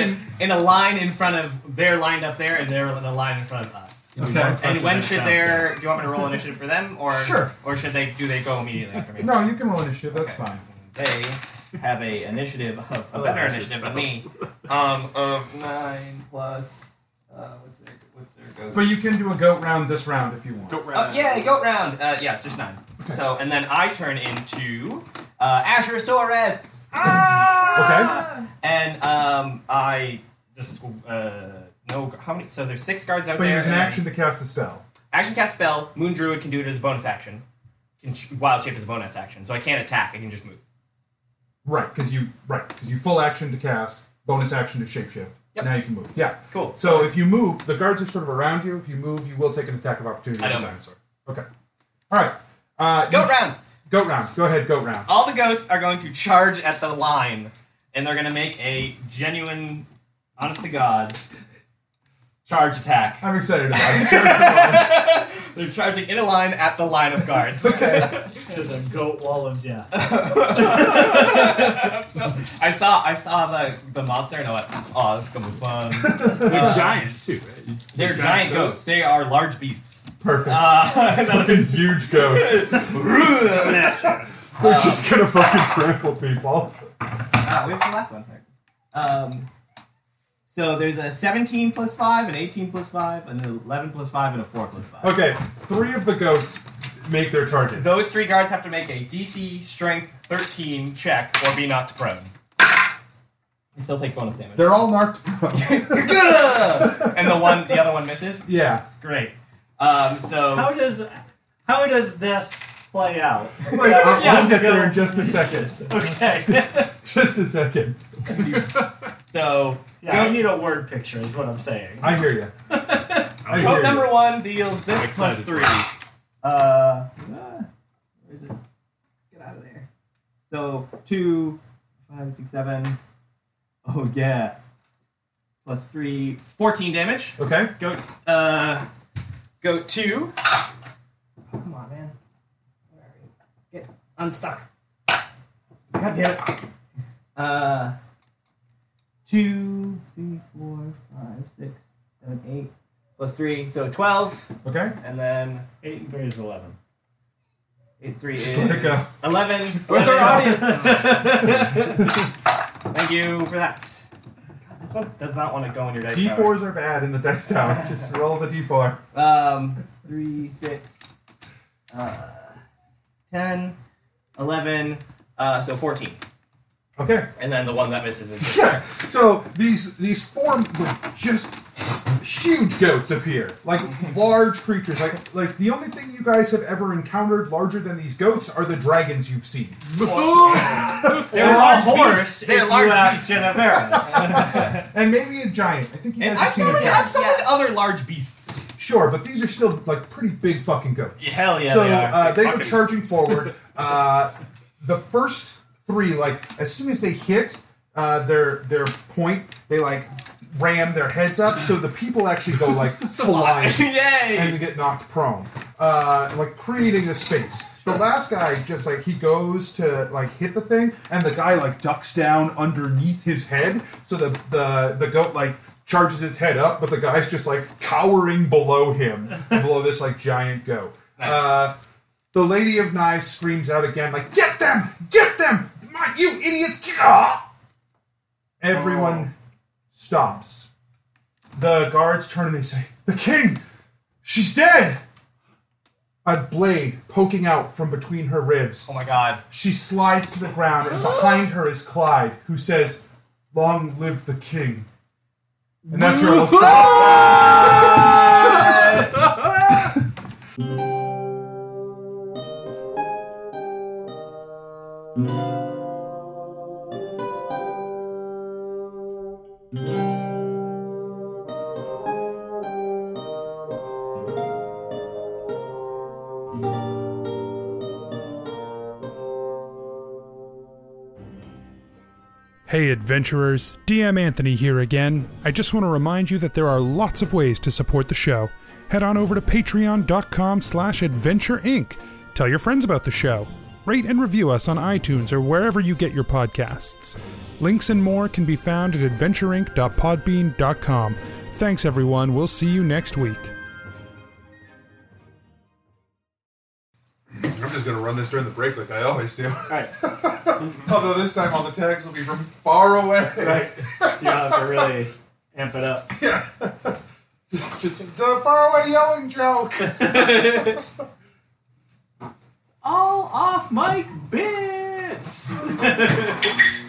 F: in, in a line in front of, they're lined up there, and they're in a line in front of us.
I: Okay.
F: And
J: Impressive,
F: when
J: that
F: should
J: sounds
F: their? Do you want me to roll initiative for them, or
I: Sure.
F: or should they? Do they go immediately after me?
I: No, you can roll initiative. That's
F: Okay.
I: fine.
F: They have a initiative of a
J: Oh,
F: better
J: that's
F: initiative
J: just
F: than me. Um, of nine plus. Uh, what's their what's their goat?
I: But you can do a goat round this round if you want.
P: Goat
F: Uh,
P: round.
F: yeah, goat round. Uh, yeah, it's just nine. So, and then I turn into uh, Azure Suarez,
I: Okay.
F: and um, I just uh, no. How many? So there's six guards Oh out
I: But
F: there.
I: it was an
F: and then-
I: action to cast a spell.
F: Action cast spell. Moon Druid can do it as a bonus action. Can sh- wild shape as a bonus action. So I can't attack. I can just move.
I: Right, because you right because you full action to cast, bonus action to shapeshift.
F: Yep.
I: Now you can move. Yeah.
F: Cool.
I: So if you move, the guards are sort of around you. If you move, you will take an attack of opportunity.
F: I
I: as a
F: don't move.
I: dinosaur. Okay. All right. Uh,
F: Goat
I: you-
F: round.
I: Goat round. Go ahead. Goat round.
F: All the goats are going to charge at the line, and they're going to make a genuine, honest to god, charge attack.
I: I'm excited about it.
F: They're charging in a line at the line of guards.
I: okay.
E: There's a goat wall of death.
F: So, I saw I saw the the monster and I went, oh, this is gonna be fun.
J: They're giant too, right?
F: They're giant goats. They are large beasts.
I: Perfect.
F: Uh, and then-
I: fucking huge goats. They're just gonna fucking trample people.
F: Ah, where's the last one? There. Um, so there's a 17 plus five, an 18 plus five, an 11 plus five, and a four plus five.
I: Okay. Three of the goats make their targets.
F: Those three guards have to make a DC Strength 13 check or be knocked prone. They still take bonus damage.
I: They're all marked.
F: and the one, the other one misses.
I: yeah.
F: Great. Um, so
E: How does how does this play out?
I: Wait, I'll,
F: Yeah,
I: I'll get there in just a second.
E: Okay.
I: Just a second.
F: so
E: Yeah, I need a word picture, is what I'm saying.
I: I hear you.
J: I
I: I hear
J: Vote
I: you.
J: number one deals this plus
B: excited.
J: three. Uh, ah, where is it? Get out of there. So two, five, six, seven. Oh yeah. Plus three, 14 damage.
I: Okay.
J: Go, uh, go two. Oh, come on, man. Where are you? Get unstuck. God damn it. Uh, two, three, four, five, six, seven, eight. Plus three, so 12.
I: Okay.
J: And then
E: Eight and three is eleven.
J: eight, three
I: Just
J: is
I: let it go.
J: 11.
I: let
J: Where's our
I: it
J: audience? Thank you for that. God, this one does not want to go in your dice tower.
I: D4s are bad in the dice tower. Just roll the D4.
J: Um, three, six, uh, 10, 11, uh, so 14.
I: Okay.
J: And then the one that misses is
I: Yeah. So these these forms like just huge goats appear, like large creatures. Like like the only thing you guys have ever encountered larger than these goats are the dragons you've seen.
E: They're
J: They're
E: large
J: all horse.
E: beasts,
J: They're
E: if
J: large
E: you ask Jennifer.
I: and maybe a giant. I think you guys
J: And
I: have
J: I've
I: seen a
J: summoned,
I: giant.
J: I've summoned other large beasts.
I: Sure, but these are still like pretty big fucking goats.
J: Hell yeah,
I: so
J: they are.
I: Uh, they
J: They're
I: go
J: fucking-
I: charging forward. Uh, the first three, like as soon as they hit uh, their their point, they like ram their heads up, so the people actually go like flying
J: Yay!
I: and they get knocked prone, uh, like creating a space. The last guy just like he goes to like hit the thing, and the guy like ducks down underneath his head, so the the the goat like charges its head up, but the guy's just like cowering below him, below this like giant goat. Uh, the lady of knives screams out again, like "Get them! Get them! My, you idiots!" Ah! Everyone stops. The guards turn and they say, "The king, she's dead." A blade poking out from between her ribs.
J: Oh my god.
I: She slides to the ground, and behind her is Clyde, who says, "Long live the king." And that's where we'll stop.
A: Hey adventurers, DM Anthony here again. I just want to remind you that there are lots of ways to support the show. Head on over to patreon.com slash adventure inc. Tell your friends about the show. Rate and review us on iTunes or wherever you get your podcasts. Links and more can be found at adventureinc.podbean.com. Thanks everyone, we'll see you next week.
I: I'm just gonna run this during the break, like I always do.
E: Alright.
I: Although this time all the tags will be from far away.
E: Right. You have to really amp it up.
I: Just a faraway yelling joke.
E: All off mic bits!